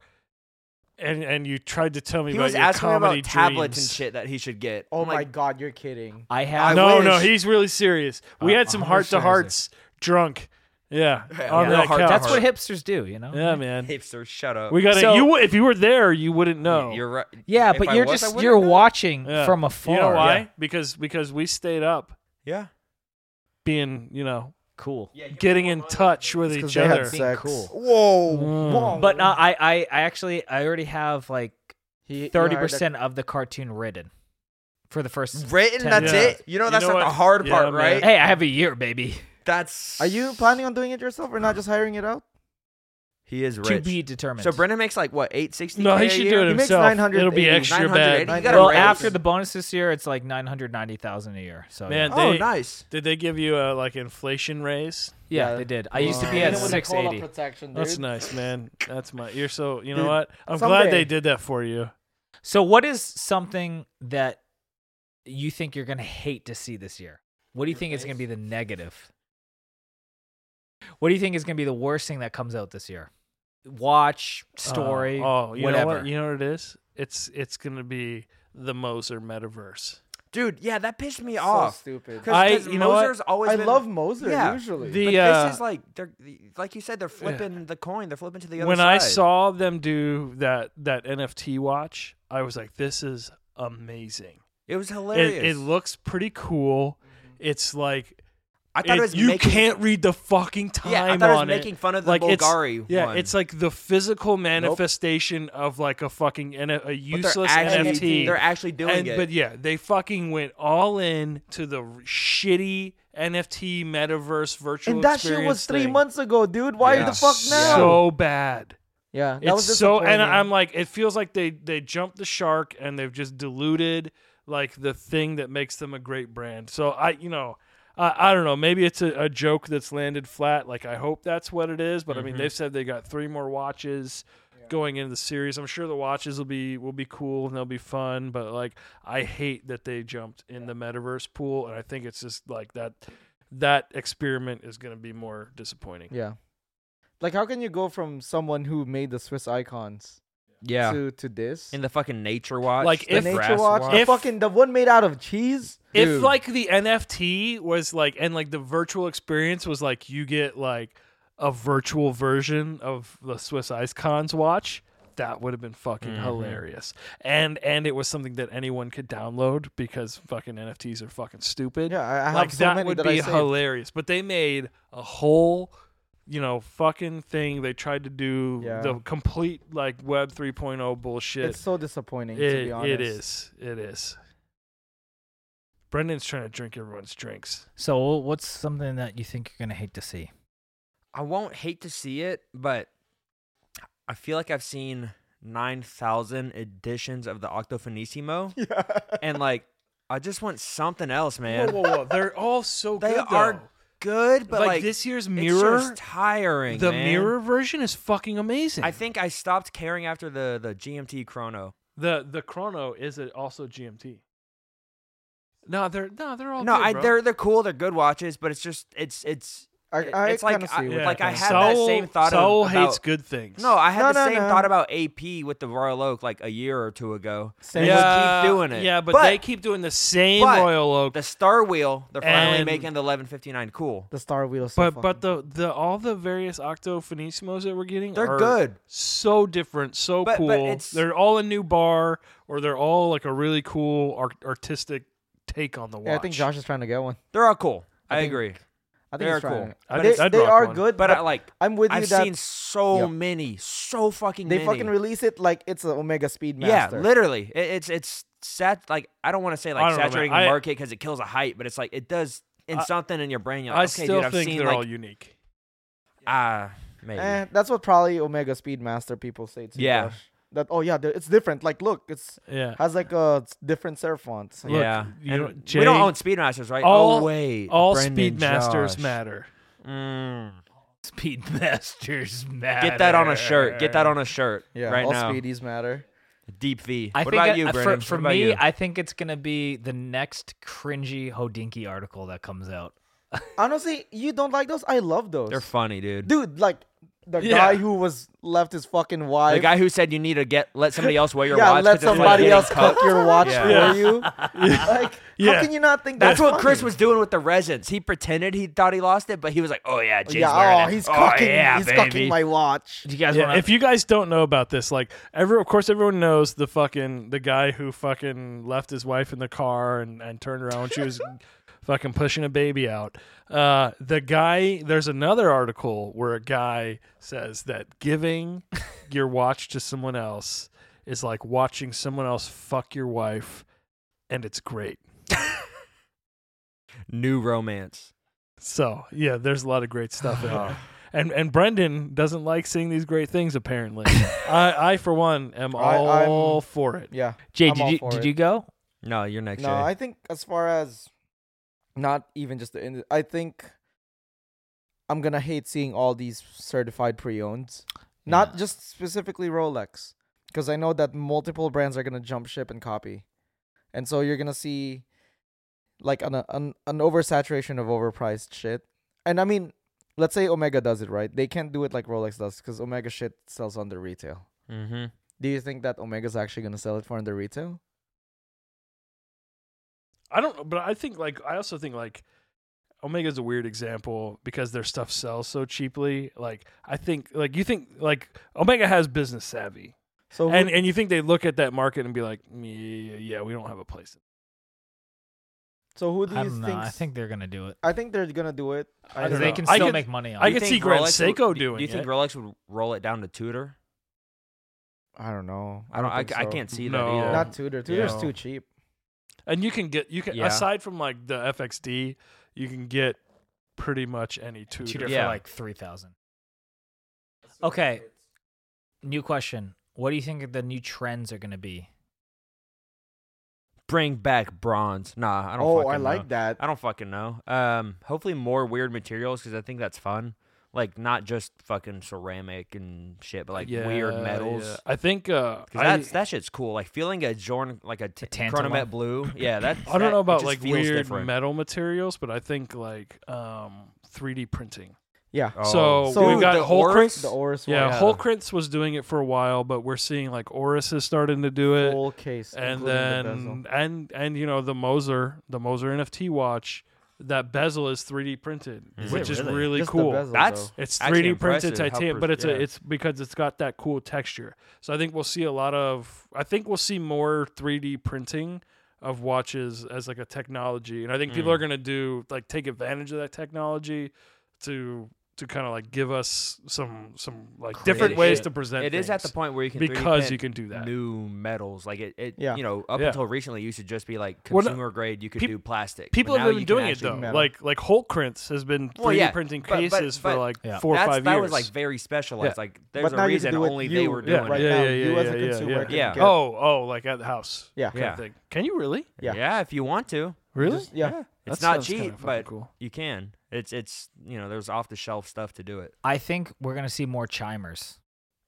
Speaker 4: and and you tried to tell me
Speaker 1: He
Speaker 4: about
Speaker 1: was
Speaker 4: your
Speaker 1: asking me
Speaker 4: comedy
Speaker 1: about tablets and
Speaker 4: dreams.
Speaker 1: shit that he should get.
Speaker 3: Oh
Speaker 1: I'm
Speaker 3: my
Speaker 1: like,
Speaker 3: god, you're kidding.
Speaker 2: I
Speaker 1: I
Speaker 2: have.
Speaker 4: no, no,
Speaker 1: wish.
Speaker 4: he's really serious. We
Speaker 2: Uh,
Speaker 4: had some
Speaker 2: I'm
Speaker 4: heart to
Speaker 2: serious.
Speaker 4: hearts drunk. Yeah,
Speaker 1: Yeah,
Speaker 4: on
Speaker 1: real
Speaker 4: that
Speaker 1: heart
Speaker 4: couch.
Speaker 1: to
Speaker 2: that's what
Speaker 1: heart.
Speaker 2: hipsters do, you know.
Speaker 4: yeah, man.
Speaker 1: hipster, shut up.
Speaker 4: We got
Speaker 2: So-
Speaker 4: it. You wou- if you were there, you wouldn't know.
Speaker 1: You're right.
Speaker 2: Yeah,
Speaker 1: If
Speaker 2: but
Speaker 1: I
Speaker 2: you're
Speaker 1: was, I
Speaker 2: just
Speaker 1: wouldn't
Speaker 2: you're
Speaker 1: know.
Speaker 2: watching
Speaker 4: Yeah.
Speaker 2: from afar.
Speaker 4: You know why?
Speaker 2: Yeah.
Speaker 4: Because because we stayed up
Speaker 1: Yeah.
Speaker 4: being you know
Speaker 2: Cool.
Speaker 4: getting in touch with
Speaker 3: It's 'cause
Speaker 4: each
Speaker 3: they had
Speaker 4: other.
Speaker 2: Being
Speaker 3: sex.
Speaker 2: cool.
Speaker 1: Whoa.
Speaker 4: Mm.
Speaker 2: But no, I, I I actually I already have like
Speaker 3: He- you hired
Speaker 2: thirty
Speaker 3: a-
Speaker 2: percent of the cartoon written for the first.
Speaker 1: Written, that's
Speaker 4: Yeah.
Speaker 1: it. You know,
Speaker 4: You
Speaker 1: that's
Speaker 4: know
Speaker 1: not
Speaker 4: what?
Speaker 1: the hard
Speaker 4: Yeah,
Speaker 1: part,
Speaker 4: man.
Speaker 1: right?
Speaker 2: Hey, I have a year, baby.
Speaker 1: That's.
Speaker 3: Are you planning on doing it yourself or not just hiring it out?
Speaker 1: He is
Speaker 2: To
Speaker 1: rich.
Speaker 2: be determined.
Speaker 1: so Brendan makes like what eight sixty.
Speaker 4: no, he should do it
Speaker 3: He makes
Speaker 4: himself.
Speaker 3: 980,
Speaker 4: It'll be extra bad.
Speaker 1: 980. You got a
Speaker 2: well,
Speaker 1: raise.
Speaker 2: after the bonus this year, it's like nine hundred ninety thousand a year. So
Speaker 4: Man,
Speaker 2: yeah.
Speaker 1: Oh,
Speaker 4: They-
Speaker 1: nice.
Speaker 4: Did they give you a like inflation raise?
Speaker 2: yeah,
Speaker 3: Yeah.
Speaker 2: they did. I used to be
Speaker 4: Wow.
Speaker 2: at
Speaker 4: With a
Speaker 2: six eighty.
Speaker 4: That's nice, man. That's my. You're so. You know
Speaker 3: Dude,
Speaker 4: what? I'm glad
Speaker 3: someday.
Speaker 4: they did that for you.
Speaker 2: So what is something that you think you're gonna hate to see this year? What do you think is gonna be the negative? What do you think is gonna be the worst thing that comes out this year? Watch, story,
Speaker 4: Oh, oh, you
Speaker 2: whatever.
Speaker 4: Know what? You know what it is? It's it's gonna be the Moser metaverse.
Speaker 1: Dude, yeah, that pissed me
Speaker 3: So
Speaker 1: off.
Speaker 3: stupid.
Speaker 1: 'Cause-
Speaker 4: I-
Speaker 1: 'cause
Speaker 4: you know what?
Speaker 1: Moser's always
Speaker 3: I
Speaker 1: been-
Speaker 3: love Moser
Speaker 1: Yeah.
Speaker 3: usually.
Speaker 4: The-
Speaker 1: but
Speaker 4: uh,
Speaker 1: this is like they're like you said they're flipping the coin. They're flipping to the other
Speaker 4: When
Speaker 1: side.
Speaker 4: I saw them do that that NFT watch, I was like, this is amazing.
Speaker 1: it was hilarious. Mm-hmm.
Speaker 4: It, it looks pretty cool. It's like
Speaker 1: I thought it,
Speaker 4: it-
Speaker 1: was
Speaker 4: you
Speaker 1: making,
Speaker 4: can't read the fucking time
Speaker 1: Yeah, I thought it was
Speaker 4: on
Speaker 1: making fun of the
Speaker 4: Like, it's-
Speaker 1: Bulgari.
Speaker 4: Yeah,
Speaker 1: one.
Speaker 4: it's like the physical manifestation of like a fucking N- a
Speaker 1: But they're
Speaker 4: useless
Speaker 1: actually-
Speaker 4: NFT.
Speaker 1: They're actually doing
Speaker 4: and,
Speaker 1: it.
Speaker 4: But yeah, they fucking went all in to the r- shitty NFT metaverse virtual.
Speaker 3: and that shit was
Speaker 4: experience
Speaker 3: three
Speaker 4: thing.
Speaker 3: months ago, dude. Why
Speaker 1: Yeah.
Speaker 3: the fuck now?
Speaker 4: So bad.
Speaker 3: yeah, that was
Speaker 4: It's so, and
Speaker 3: disappointing.
Speaker 4: I'm like, it feels like they they jumped the shark and they've just diluted like the thing that makes them a great brand. So I, you know, I, I don't know. Maybe it's a, a joke that's landed flat. Like I hope that's what it is. But I mean, they've said they got three more watches going into the series. I'm sure the watches will be will be cool and they'll be fun. But like, I hate that they jumped in the metaverse pool, and I think it's just like that. That experiment is going to be more disappointing.
Speaker 3: Yeah. Like, how can you go from someone who made the Swiss icons
Speaker 1: yeah,
Speaker 3: to to this?
Speaker 1: in the fucking nature watch,
Speaker 4: Like,
Speaker 1: the
Speaker 4: if-
Speaker 3: the nature
Speaker 1: grass
Speaker 3: watch,
Speaker 1: watch.
Speaker 3: the
Speaker 4: If-
Speaker 3: fucking the one made out of cheese.
Speaker 4: if
Speaker 3: Dude.
Speaker 4: like the NFT was like and like the virtual experience was like you get like a virtual version of the Swiss Icons watch, that would have been fucking
Speaker 3: Mm-hmm.
Speaker 4: hilarious. And and it was something that anyone could download because fucking NFTs are fucking stupid.
Speaker 3: yeah, I, I have
Speaker 4: like
Speaker 3: so
Speaker 4: that
Speaker 3: many
Speaker 4: would
Speaker 3: that I
Speaker 4: be
Speaker 3: saved.
Speaker 4: hilarious. But they made a whole you know fucking thing they tried to do
Speaker 3: Yeah.
Speaker 4: the complete like web 3.0 bullshit
Speaker 3: It's so disappointing to
Speaker 4: it,
Speaker 3: be honest.
Speaker 4: it is. It is. Brendan's trying to drink everyone's drinks.
Speaker 2: So what's something that you think you're gonna hate to see?
Speaker 1: I won't hate to see it, but I feel like I've seen nine thousand editions of the Octofinissimo,
Speaker 3: Yeah.
Speaker 1: and like I just want something else, man.
Speaker 4: Whoa, whoa, whoa! They're all so
Speaker 1: They
Speaker 4: good.
Speaker 1: are
Speaker 4: though.
Speaker 1: Good, but
Speaker 4: like,
Speaker 1: like,
Speaker 4: this year's
Speaker 1: it's
Speaker 4: mirror.
Speaker 1: just tiring.
Speaker 4: the
Speaker 1: man.
Speaker 4: mirror version is fucking amazing.
Speaker 1: I think I stopped caring after the the GMT Chrono.
Speaker 4: the the chrono is a- also GMT. No, they're no, they're all
Speaker 1: no,
Speaker 4: Oh, good,
Speaker 1: I,
Speaker 4: bro.
Speaker 1: they're they're cool. They're good watches, but it's just it's it's
Speaker 3: I,
Speaker 1: It-
Speaker 3: I
Speaker 1: it's like
Speaker 3: kinda
Speaker 1: I-
Speaker 3: see what
Speaker 1: yeah.
Speaker 3: you're
Speaker 1: like, I
Speaker 3: saying.
Speaker 1: had that same thought of-
Speaker 4: Saul hates
Speaker 1: about-
Speaker 4: good things.
Speaker 1: no. I had
Speaker 3: No,
Speaker 1: the
Speaker 3: no,
Speaker 1: same
Speaker 3: no.
Speaker 1: thought about AP with the Royal Oak like a year or two ago.
Speaker 3: Same
Speaker 1: They
Speaker 3: with-
Speaker 1: would keep doing it.
Speaker 4: Yeah, but, they keep doing the same
Speaker 1: but
Speaker 4: Royal Oak.
Speaker 1: the Star Wheel. They're finally
Speaker 4: And-
Speaker 1: making the 1159 cool.
Speaker 3: the Star Wheel. is so
Speaker 4: But but
Speaker 3: fucking-
Speaker 4: the the all the various Octofinissimos that we're getting
Speaker 1: They're
Speaker 4: are
Speaker 1: good.
Speaker 4: so different, so
Speaker 1: But-
Speaker 4: cool.
Speaker 1: but it's-
Speaker 4: they're all a new bar, or they're all like a really cool art, artistic take on the watch.
Speaker 3: yeah, I think Josh is trying to get one.
Speaker 1: They're all cool. I,
Speaker 3: I think-
Speaker 1: agree.
Speaker 3: I
Speaker 1: They
Speaker 3: think
Speaker 1: are
Speaker 3: it's
Speaker 1: cool.
Speaker 3: cool.
Speaker 4: I'd-
Speaker 3: They,
Speaker 4: I'd
Speaker 3: they
Speaker 4: rock
Speaker 3: are
Speaker 4: one.
Speaker 3: good,
Speaker 1: But
Speaker 3: but,
Speaker 1: I, like
Speaker 3: I, am with you
Speaker 1: I've
Speaker 3: that
Speaker 1: seen so
Speaker 3: Yep.
Speaker 1: many, so fucking
Speaker 3: they
Speaker 1: many.
Speaker 3: fucking release it like it's an Omega Speedmaster.
Speaker 1: yeah, literally. It, it's it's sat like I don't want to
Speaker 4: I
Speaker 1: say like
Speaker 4: don't know, man.
Speaker 1: saturating
Speaker 4: I-
Speaker 1: the market because it kills a hype, but it's like it does in
Speaker 4: I-
Speaker 1: something in your brain. You're like,
Speaker 4: I
Speaker 1: okay,
Speaker 4: still
Speaker 1: dude, I've
Speaker 4: think
Speaker 1: seen
Speaker 4: they're
Speaker 1: like
Speaker 4: all unique.
Speaker 1: ah maybe.
Speaker 3: Eh, that's what probably Omega Speedmaster people say too.
Speaker 1: Yeah.
Speaker 3: Josh. That oh yeah, th- it's different. Like look, it's
Speaker 4: Yeah.
Speaker 3: has like a s- different serif font. So,
Speaker 4: Look,
Speaker 1: yeah,
Speaker 4: you
Speaker 1: And
Speaker 4: don't-
Speaker 1: we don't
Speaker 4: Jay-
Speaker 1: own Speedmasters, right?
Speaker 4: all-
Speaker 1: oh wait,
Speaker 4: All
Speaker 1: Brendan
Speaker 4: Speedmasters
Speaker 1: Josh.
Speaker 4: matter.
Speaker 1: Mm.
Speaker 2: Speedmasters matter.
Speaker 1: Get that on a shirt. Get that on a shirt
Speaker 3: Yeah,
Speaker 1: right
Speaker 3: all
Speaker 1: now.
Speaker 3: speedies matter.
Speaker 1: Deep V.
Speaker 2: I
Speaker 1: what
Speaker 2: think
Speaker 1: about
Speaker 2: I-
Speaker 4: uh,
Speaker 1: you,
Speaker 2: I-
Speaker 1: Brendan?
Speaker 2: For, for
Speaker 1: What about
Speaker 2: me,
Speaker 1: you?
Speaker 2: I think it's gonna be the next cringy Hodinky article that comes out.
Speaker 3: Honestly, you don't like those? I love those.
Speaker 1: they're funny, dude.
Speaker 3: Dude, like the
Speaker 4: Yeah.
Speaker 3: guy who was left his fucking wife.
Speaker 1: The guy who said you need to get let somebody else wear your
Speaker 3: yeah,
Speaker 1: watch.
Speaker 3: let
Speaker 1: 'cause it's like
Speaker 3: somebody
Speaker 1: getting
Speaker 3: else
Speaker 1: cut.
Speaker 3: cook your watch
Speaker 1: Yeah.
Speaker 3: for
Speaker 4: Yeah.
Speaker 3: you. Like,
Speaker 4: Yeah.
Speaker 3: how can you not think that's,
Speaker 1: That's what Chris
Speaker 3: funny?
Speaker 1: was doing with the resins. He pretended he thought he lost it, but he was like, "Oh yeah, Jay's
Speaker 3: yeah,
Speaker 1: wearing
Speaker 3: oh,
Speaker 1: it.
Speaker 3: he's
Speaker 1: oh,
Speaker 3: cooking.
Speaker 1: yeah,
Speaker 3: he's
Speaker 1: baby.
Speaker 3: cooking my watch.
Speaker 2: Do you guys
Speaker 4: Yeah,
Speaker 2: want
Speaker 4: if you guys don't know about this, like every of course everyone knows the fucking the guy who fucking left his wife in the car and, and turned around when she was fucking pushing a baby out. Uh, the guy there's another article where a guy says that giving your watch to someone else is like watching someone else fuck your wife and it's great.
Speaker 1: New romance.
Speaker 4: So yeah, there's a lot of great stuff in there. And and Brendan doesn't like seeing these great things apparently. I, I for one am
Speaker 3: I- I'm-
Speaker 4: all for it.
Speaker 3: Yeah.
Speaker 2: Jay,
Speaker 3: I'm
Speaker 2: did
Speaker 3: all
Speaker 2: you
Speaker 3: for
Speaker 2: did
Speaker 3: it.
Speaker 2: you go?
Speaker 1: No, you're next.
Speaker 3: No,
Speaker 1: Jay.
Speaker 3: I think as far as not even just the ind- I think I'm gonna hate seeing all these certified pre-owns. Not just specifically Rolex, because I know that multiple brands are gonna jump ship and copy, and so you're gonna see like an an, an oversaturation of overpriced shit. And I mean, let's say Omega does it right; they can't do it like Rolex does, because Omega shit sells under retail.
Speaker 1: mm-hmm.
Speaker 3: Do you think that Omega's actually gonna sell it for under retail?
Speaker 4: I don't, but I think like I also think like Omega's a weird example because their stuff sells so cheaply. Like I think like you think like Omega has business savvy,
Speaker 3: So who-
Speaker 4: and and you think they look at that market and be like, yeah, yeah, we don't have a place.
Speaker 3: so who do you
Speaker 2: I don't know.
Speaker 3: think?
Speaker 2: I think they're gonna do it.
Speaker 3: I think they're gonna do it.
Speaker 4: I
Speaker 2: Because
Speaker 4: don't
Speaker 2: they
Speaker 4: know.
Speaker 2: can
Speaker 4: I
Speaker 2: still
Speaker 4: could-
Speaker 2: make money on
Speaker 4: I
Speaker 2: it.
Speaker 1: You
Speaker 4: could
Speaker 1: think
Speaker 4: see Grand
Speaker 1: Rolex would-
Speaker 4: Seiko
Speaker 1: do-
Speaker 4: doing
Speaker 1: Do you think
Speaker 4: it.
Speaker 1: Rolex would roll it down to Tudor?
Speaker 3: I don't know.
Speaker 1: I don't. I,
Speaker 3: think
Speaker 1: I
Speaker 3: so.
Speaker 1: can't see
Speaker 4: No.
Speaker 1: that either.
Speaker 3: Not Tudor. Tudor's
Speaker 4: Yeah.
Speaker 3: too cheap.
Speaker 4: And you can get you can
Speaker 1: Yeah.
Speaker 4: aside from like the FXD, you can get pretty much any two.
Speaker 2: Tudor
Speaker 1: Yeah.
Speaker 2: for like three thousand. Okay. New question. What do you think the new trends are gonna be?
Speaker 1: Bring back bronze. Nah, I don't.
Speaker 3: oh,
Speaker 1: fucking
Speaker 3: I
Speaker 1: know.
Speaker 3: like that.
Speaker 1: I don't fucking know. Um, hopefully more weird materials because I think that's fun. Like not just fucking ceramic and shit, but like weird metals.
Speaker 4: I think uh,
Speaker 1: 'Cause
Speaker 4: I,
Speaker 1: that's that shit's cool. Like feeling a Jordan, like a t-
Speaker 2: tantalum.
Speaker 1: chronomet blue. Yeah, that's.
Speaker 4: I don't
Speaker 1: that-
Speaker 4: know
Speaker 1: it
Speaker 4: about
Speaker 1: just
Speaker 4: like
Speaker 1: feels
Speaker 4: weird
Speaker 1: different.
Speaker 4: metal materials, but I think like um 3D printing.
Speaker 3: Yeah.
Speaker 1: Oh.
Speaker 4: So,
Speaker 3: we've got
Speaker 1: the
Speaker 4: whole
Speaker 1: Oryx?
Speaker 4: cranks-
Speaker 3: The Oris
Speaker 4: Yeah,
Speaker 1: uh,
Speaker 3: one.
Speaker 4: Holkrentz was doing it for a while, but we're seeing like Oris is starting to do it,
Speaker 3: Full case.
Speaker 4: and
Speaker 3: including the bezel.
Speaker 4: then and and you know the Moser, the Moser NFT watch, that bezel is 3D printed,
Speaker 1: Is
Speaker 4: which
Speaker 1: it
Speaker 4: is
Speaker 1: really?
Speaker 4: really
Speaker 3: Just the
Speaker 4: cool.
Speaker 3: bezel,
Speaker 1: That's-
Speaker 3: though.
Speaker 4: It's
Speaker 1: Actually
Speaker 4: 3D printed
Speaker 1: impressive how
Speaker 4: titanium,
Speaker 1: pers-
Speaker 4: but it's
Speaker 1: yeah.
Speaker 4: a, it's because it's got that cool texture. So I think we'll see a lot of I think we'll see more 3D printing of watches as like a technology, and I think people
Speaker 1: Mm.
Speaker 4: are gonna do like take advantage of that technology to to kind of like give us some some like different
Speaker 1: Creative
Speaker 4: ways
Speaker 1: shit.
Speaker 4: to present.
Speaker 1: It is at the
Speaker 4: things
Speaker 1: point where you can 3D
Speaker 4: because you
Speaker 1: print
Speaker 4: can do that.
Speaker 1: new metals. Like it, it
Speaker 3: Yeah.
Speaker 1: you know, up
Speaker 4: Yeah.
Speaker 1: until recently, you should just be like
Speaker 4: Well, no-
Speaker 1: consumer grade. You could
Speaker 4: peop-
Speaker 1: do plastic.
Speaker 4: People
Speaker 1: But
Speaker 4: have
Speaker 1: now
Speaker 4: been
Speaker 1: you can
Speaker 4: doing it
Speaker 1: actually-
Speaker 4: though.
Speaker 3: metal.
Speaker 4: Like like Holtkrantz has been 3D
Speaker 1: Well, yeah,
Speaker 4: printing
Speaker 1: but- but-
Speaker 4: cases for
Speaker 1: but
Speaker 4: like
Speaker 2: Yeah.
Speaker 4: four or
Speaker 1: That's-
Speaker 4: five
Speaker 1: that
Speaker 4: years.
Speaker 1: was like very specialized. Like there's
Speaker 3: But
Speaker 1: a
Speaker 3: now you can
Speaker 1: reason
Speaker 3: do it
Speaker 1: only
Speaker 3: you,
Speaker 1: they were
Speaker 3: yeah,
Speaker 1: doing
Speaker 3: right
Speaker 1: it.
Speaker 4: Yeah,
Speaker 3: now.
Speaker 4: yeah,
Speaker 3: you
Speaker 4: yeah,
Speaker 3: as a
Speaker 4: yeah,
Speaker 3: consumer
Speaker 4: yeah.
Speaker 3: can
Speaker 1: Yeah.
Speaker 3: get-
Speaker 4: oh oh like at the house.
Speaker 3: yeah.
Speaker 4: kind of
Speaker 1: Yeah.
Speaker 4: thing. Can you really?
Speaker 3: Yeah.
Speaker 1: Yeah, if you want to,
Speaker 4: Really?
Speaker 3: Just- yeah.
Speaker 1: it's
Speaker 4: That
Speaker 1: not
Speaker 4: sounds kinda
Speaker 1: cheap,
Speaker 4: fucking
Speaker 1: but
Speaker 4: cool.
Speaker 1: you can. It's it's you know there's off the shelf stuff to do it.
Speaker 2: I think we're gonna see more chimers.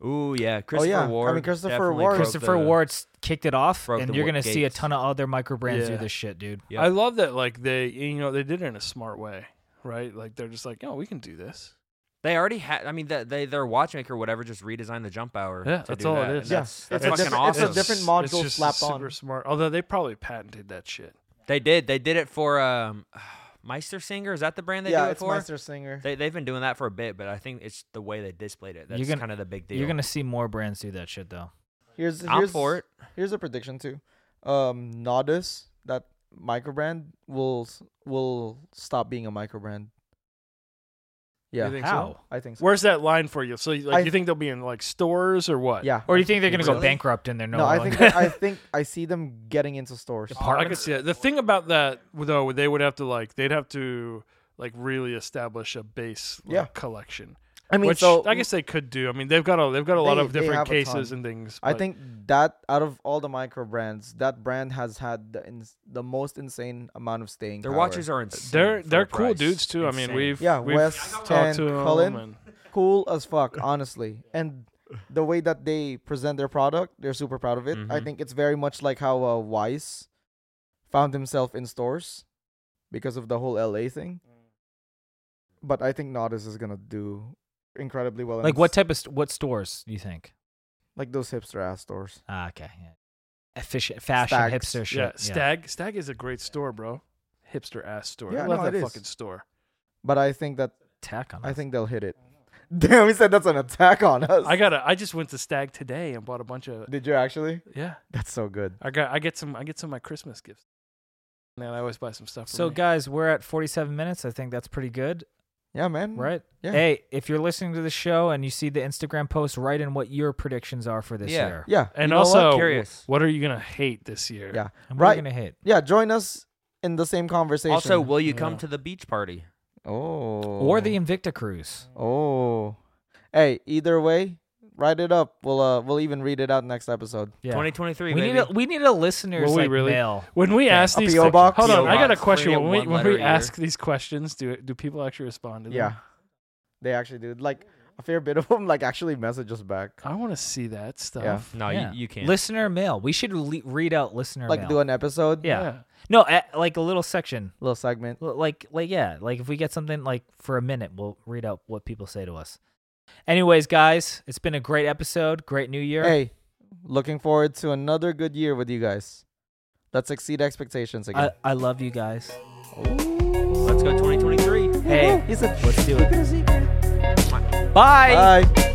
Speaker 1: Ooh yeah, Christopher
Speaker 3: Oh, yeah. I mean,
Speaker 1: Ward.
Speaker 3: Christopher
Speaker 1: definitely
Speaker 3: Ward-
Speaker 1: broke
Speaker 2: Christopher
Speaker 1: the-
Speaker 2: Ward's kicked it off,
Speaker 1: broke
Speaker 2: and
Speaker 1: the
Speaker 2: you're
Speaker 1: wa-
Speaker 2: gonna see a
Speaker 1: gates.
Speaker 2: ton of other micro brands
Speaker 4: Yeah.
Speaker 2: do this shit, dude.
Speaker 1: Yep.
Speaker 4: I love that like they you know they did it in a smart way, right? Like they're just like, "Oh, we can do this."
Speaker 1: They already had. I mean, the, they their watchmaker, whatever, just redesigned the jump hour.
Speaker 4: Yeah,
Speaker 1: to
Speaker 4: that's
Speaker 1: do
Speaker 4: all it
Speaker 1: that. and
Speaker 4: is.
Speaker 3: Yeah.
Speaker 1: that's, that's
Speaker 3: It's a
Speaker 1: fucking
Speaker 3: different- it's a
Speaker 1: awesome.
Speaker 3: different module
Speaker 4: it's just
Speaker 3: slapped
Speaker 4: super
Speaker 3: on.
Speaker 4: smart. Although they probably patented that shit.
Speaker 1: They did. They did it for um, Meister Singer. Is that the brand they
Speaker 3: yeah,
Speaker 1: do it
Speaker 3: it's
Speaker 1: for?
Speaker 3: Meister Singer.
Speaker 1: They they've been doing that for a bit, but I think it's the way they displayed it.
Speaker 2: You're
Speaker 1: That's
Speaker 2: gonna-
Speaker 1: kind of the big deal.
Speaker 2: You're gonna see more brands do that shit though.
Speaker 3: Here's
Speaker 1: I'm
Speaker 3: here's
Speaker 1: for it.
Speaker 3: here's a prediction too. Um, Nodus, that microbrand will s- will stop being a microbrand. Yeah.
Speaker 4: You think so?
Speaker 2: How?
Speaker 3: I think so.
Speaker 4: Where's that line for you? So like,
Speaker 3: I-
Speaker 4: you think they'll be in like stores or what?
Speaker 3: yeah.
Speaker 2: Or do you think they're gonna go
Speaker 1: Really?
Speaker 2: bankrupt and they're no?
Speaker 3: No, I
Speaker 2: longer-
Speaker 3: think I think I see them getting into stores.
Speaker 2: The
Speaker 4: Oh, I could
Speaker 2: apartments?
Speaker 4: see that. The thing about that though, they would have to like they'd have to like really establish a base like,
Speaker 3: Yeah.
Speaker 4: collection,
Speaker 3: I mean,
Speaker 4: which
Speaker 3: so
Speaker 4: I guess they could do. I mean, they've got a they've got a lot
Speaker 3: They-
Speaker 4: of
Speaker 3: they
Speaker 4: different
Speaker 3: have a
Speaker 4: cases
Speaker 3: ton.
Speaker 4: and things.
Speaker 3: I
Speaker 4: but-
Speaker 3: think that out of all the micro brands, that brand has had the ins- the most insane amount of staying.
Speaker 1: Their
Speaker 3: power.
Speaker 1: watches are insane.
Speaker 4: they're
Speaker 1: for
Speaker 4: they're
Speaker 1: the
Speaker 4: cool
Speaker 1: price.
Speaker 4: dudes too. I mean,
Speaker 1: Insane.
Speaker 4: we've
Speaker 3: Yeah,
Speaker 4: we've
Speaker 3: Wes
Speaker 4: talked
Speaker 3: and
Speaker 4: to 'em
Speaker 3: Cullen.
Speaker 4: and-
Speaker 3: cool as fuck, honestly. And the way that they present their product, they're super proud of it. I
Speaker 2: Mm-hmm.
Speaker 1: Mhm.
Speaker 3: think it's very much like how uh, Weiss found himself in stores because of the whole LA thing. But I think Nautis is gonna do incredibly well. in
Speaker 2: like what
Speaker 3: s-
Speaker 2: type of st- what stores do you think?
Speaker 3: like those hipster ass stores.
Speaker 2: Ah, okay. Yeah. Efficient fashion
Speaker 3: Stags.
Speaker 2: hipster shit.
Speaker 4: yeah, Stag Stag is a great store, bro. Hipster ass store.
Speaker 3: Yeah,
Speaker 4: I love
Speaker 3: no,
Speaker 4: that
Speaker 3: it is.
Speaker 4: fucking store.
Speaker 3: But I think that
Speaker 2: Tack on.
Speaker 3: I
Speaker 2: us.
Speaker 3: think they'll hit it. Damn, we said that's an attack on us.
Speaker 4: I got a, I just went to Stag today and bought a bunch of
Speaker 3: Did you actually?
Speaker 4: yeah.
Speaker 3: That's so good.
Speaker 4: I got I get some I get some of my Christmas gifts. Man, I always buy some stuff. For
Speaker 2: So
Speaker 4: me.
Speaker 2: guys, we're at 47 minutes. I think that's pretty good,
Speaker 3: Yeah, man.
Speaker 2: right?
Speaker 3: Mm, Yeah.
Speaker 2: Hey, if you're listening to the show and you see the Instagram post, write in what your predictions are for this
Speaker 1: Yeah.
Speaker 2: year.
Speaker 3: Yeah.
Speaker 4: and
Speaker 1: You know what?
Speaker 4: also
Speaker 1: curious.
Speaker 4: What are you gonna hate this year?
Speaker 3: Yeah.
Speaker 2: And what are you
Speaker 3: Right.
Speaker 2: gonna hit?
Speaker 3: Yeah, join us in the same conversation.
Speaker 1: Also, will you come
Speaker 4: Yeah.
Speaker 1: to the beach party?
Speaker 3: oh.
Speaker 2: Or the Invicta Cruise.
Speaker 3: Oh. Hey, either way, write it up. We'll uh we'll even read it out next episode.
Speaker 2: Yeah.
Speaker 1: 2023.
Speaker 2: we
Speaker 1: baby.
Speaker 2: need a we need a listener's
Speaker 4: Will we
Speaker 2: like
Speaker 4: really?
Speaker 2: mail.
Speaker 4: When we ask
Speaker 3: A
Speaker 4: these
Speaker 3: P.O.
Speaker 4: que-
Speaker 3: box?
Speaker 4: hold on,
Speaker 1: P.O.
Speaker 4: I got a
Speaker 1: box.
Speaker 4: question.
Speaker 1: Create
Speaker 4: When we
Speaker 1: one
Speaker 4: when
Speaker 1: letter
Speaker 4: we
Speaker 1: a year.
Speaker 4: ask these questions, do do people actually respond to them?
Speaker 3: Yeah. They actually do. Like a fair bit of them like actually message us back.
Speaker 4: I want to see that stuff.
Speaker 3: Yeah.
Speaker 1: no,
Speaker 2: Yeah.
Speaker 1: Oh, you, you can't.
Speaker 2: Listener mail. We should le- read out listener
Speaker 3: Like
Speaker 2: mail.
Speaker 3: do an episode,
Speaker 2: yeah. No, eh, like a little section.
Speaker 3: little segment.
Speaker 2: L- Like like yeah, like if we get something like for a minute, we'll read out what people say to us. Anyways, guys, it's been a great episode. Great new year.
Speaker 3: Hey, looking forward to another good year with you guys. Let's exceed expectations again.
Speaker 2: I, I love you guys.
Speaker 1: Let's go 2023.
Speaker 2: Hey,
Speaker 3: He said,
Speaker 2: let's do
Speaker 3: "Look at his ear."
Speaker 2: Bye.
Speaker 3: Bye.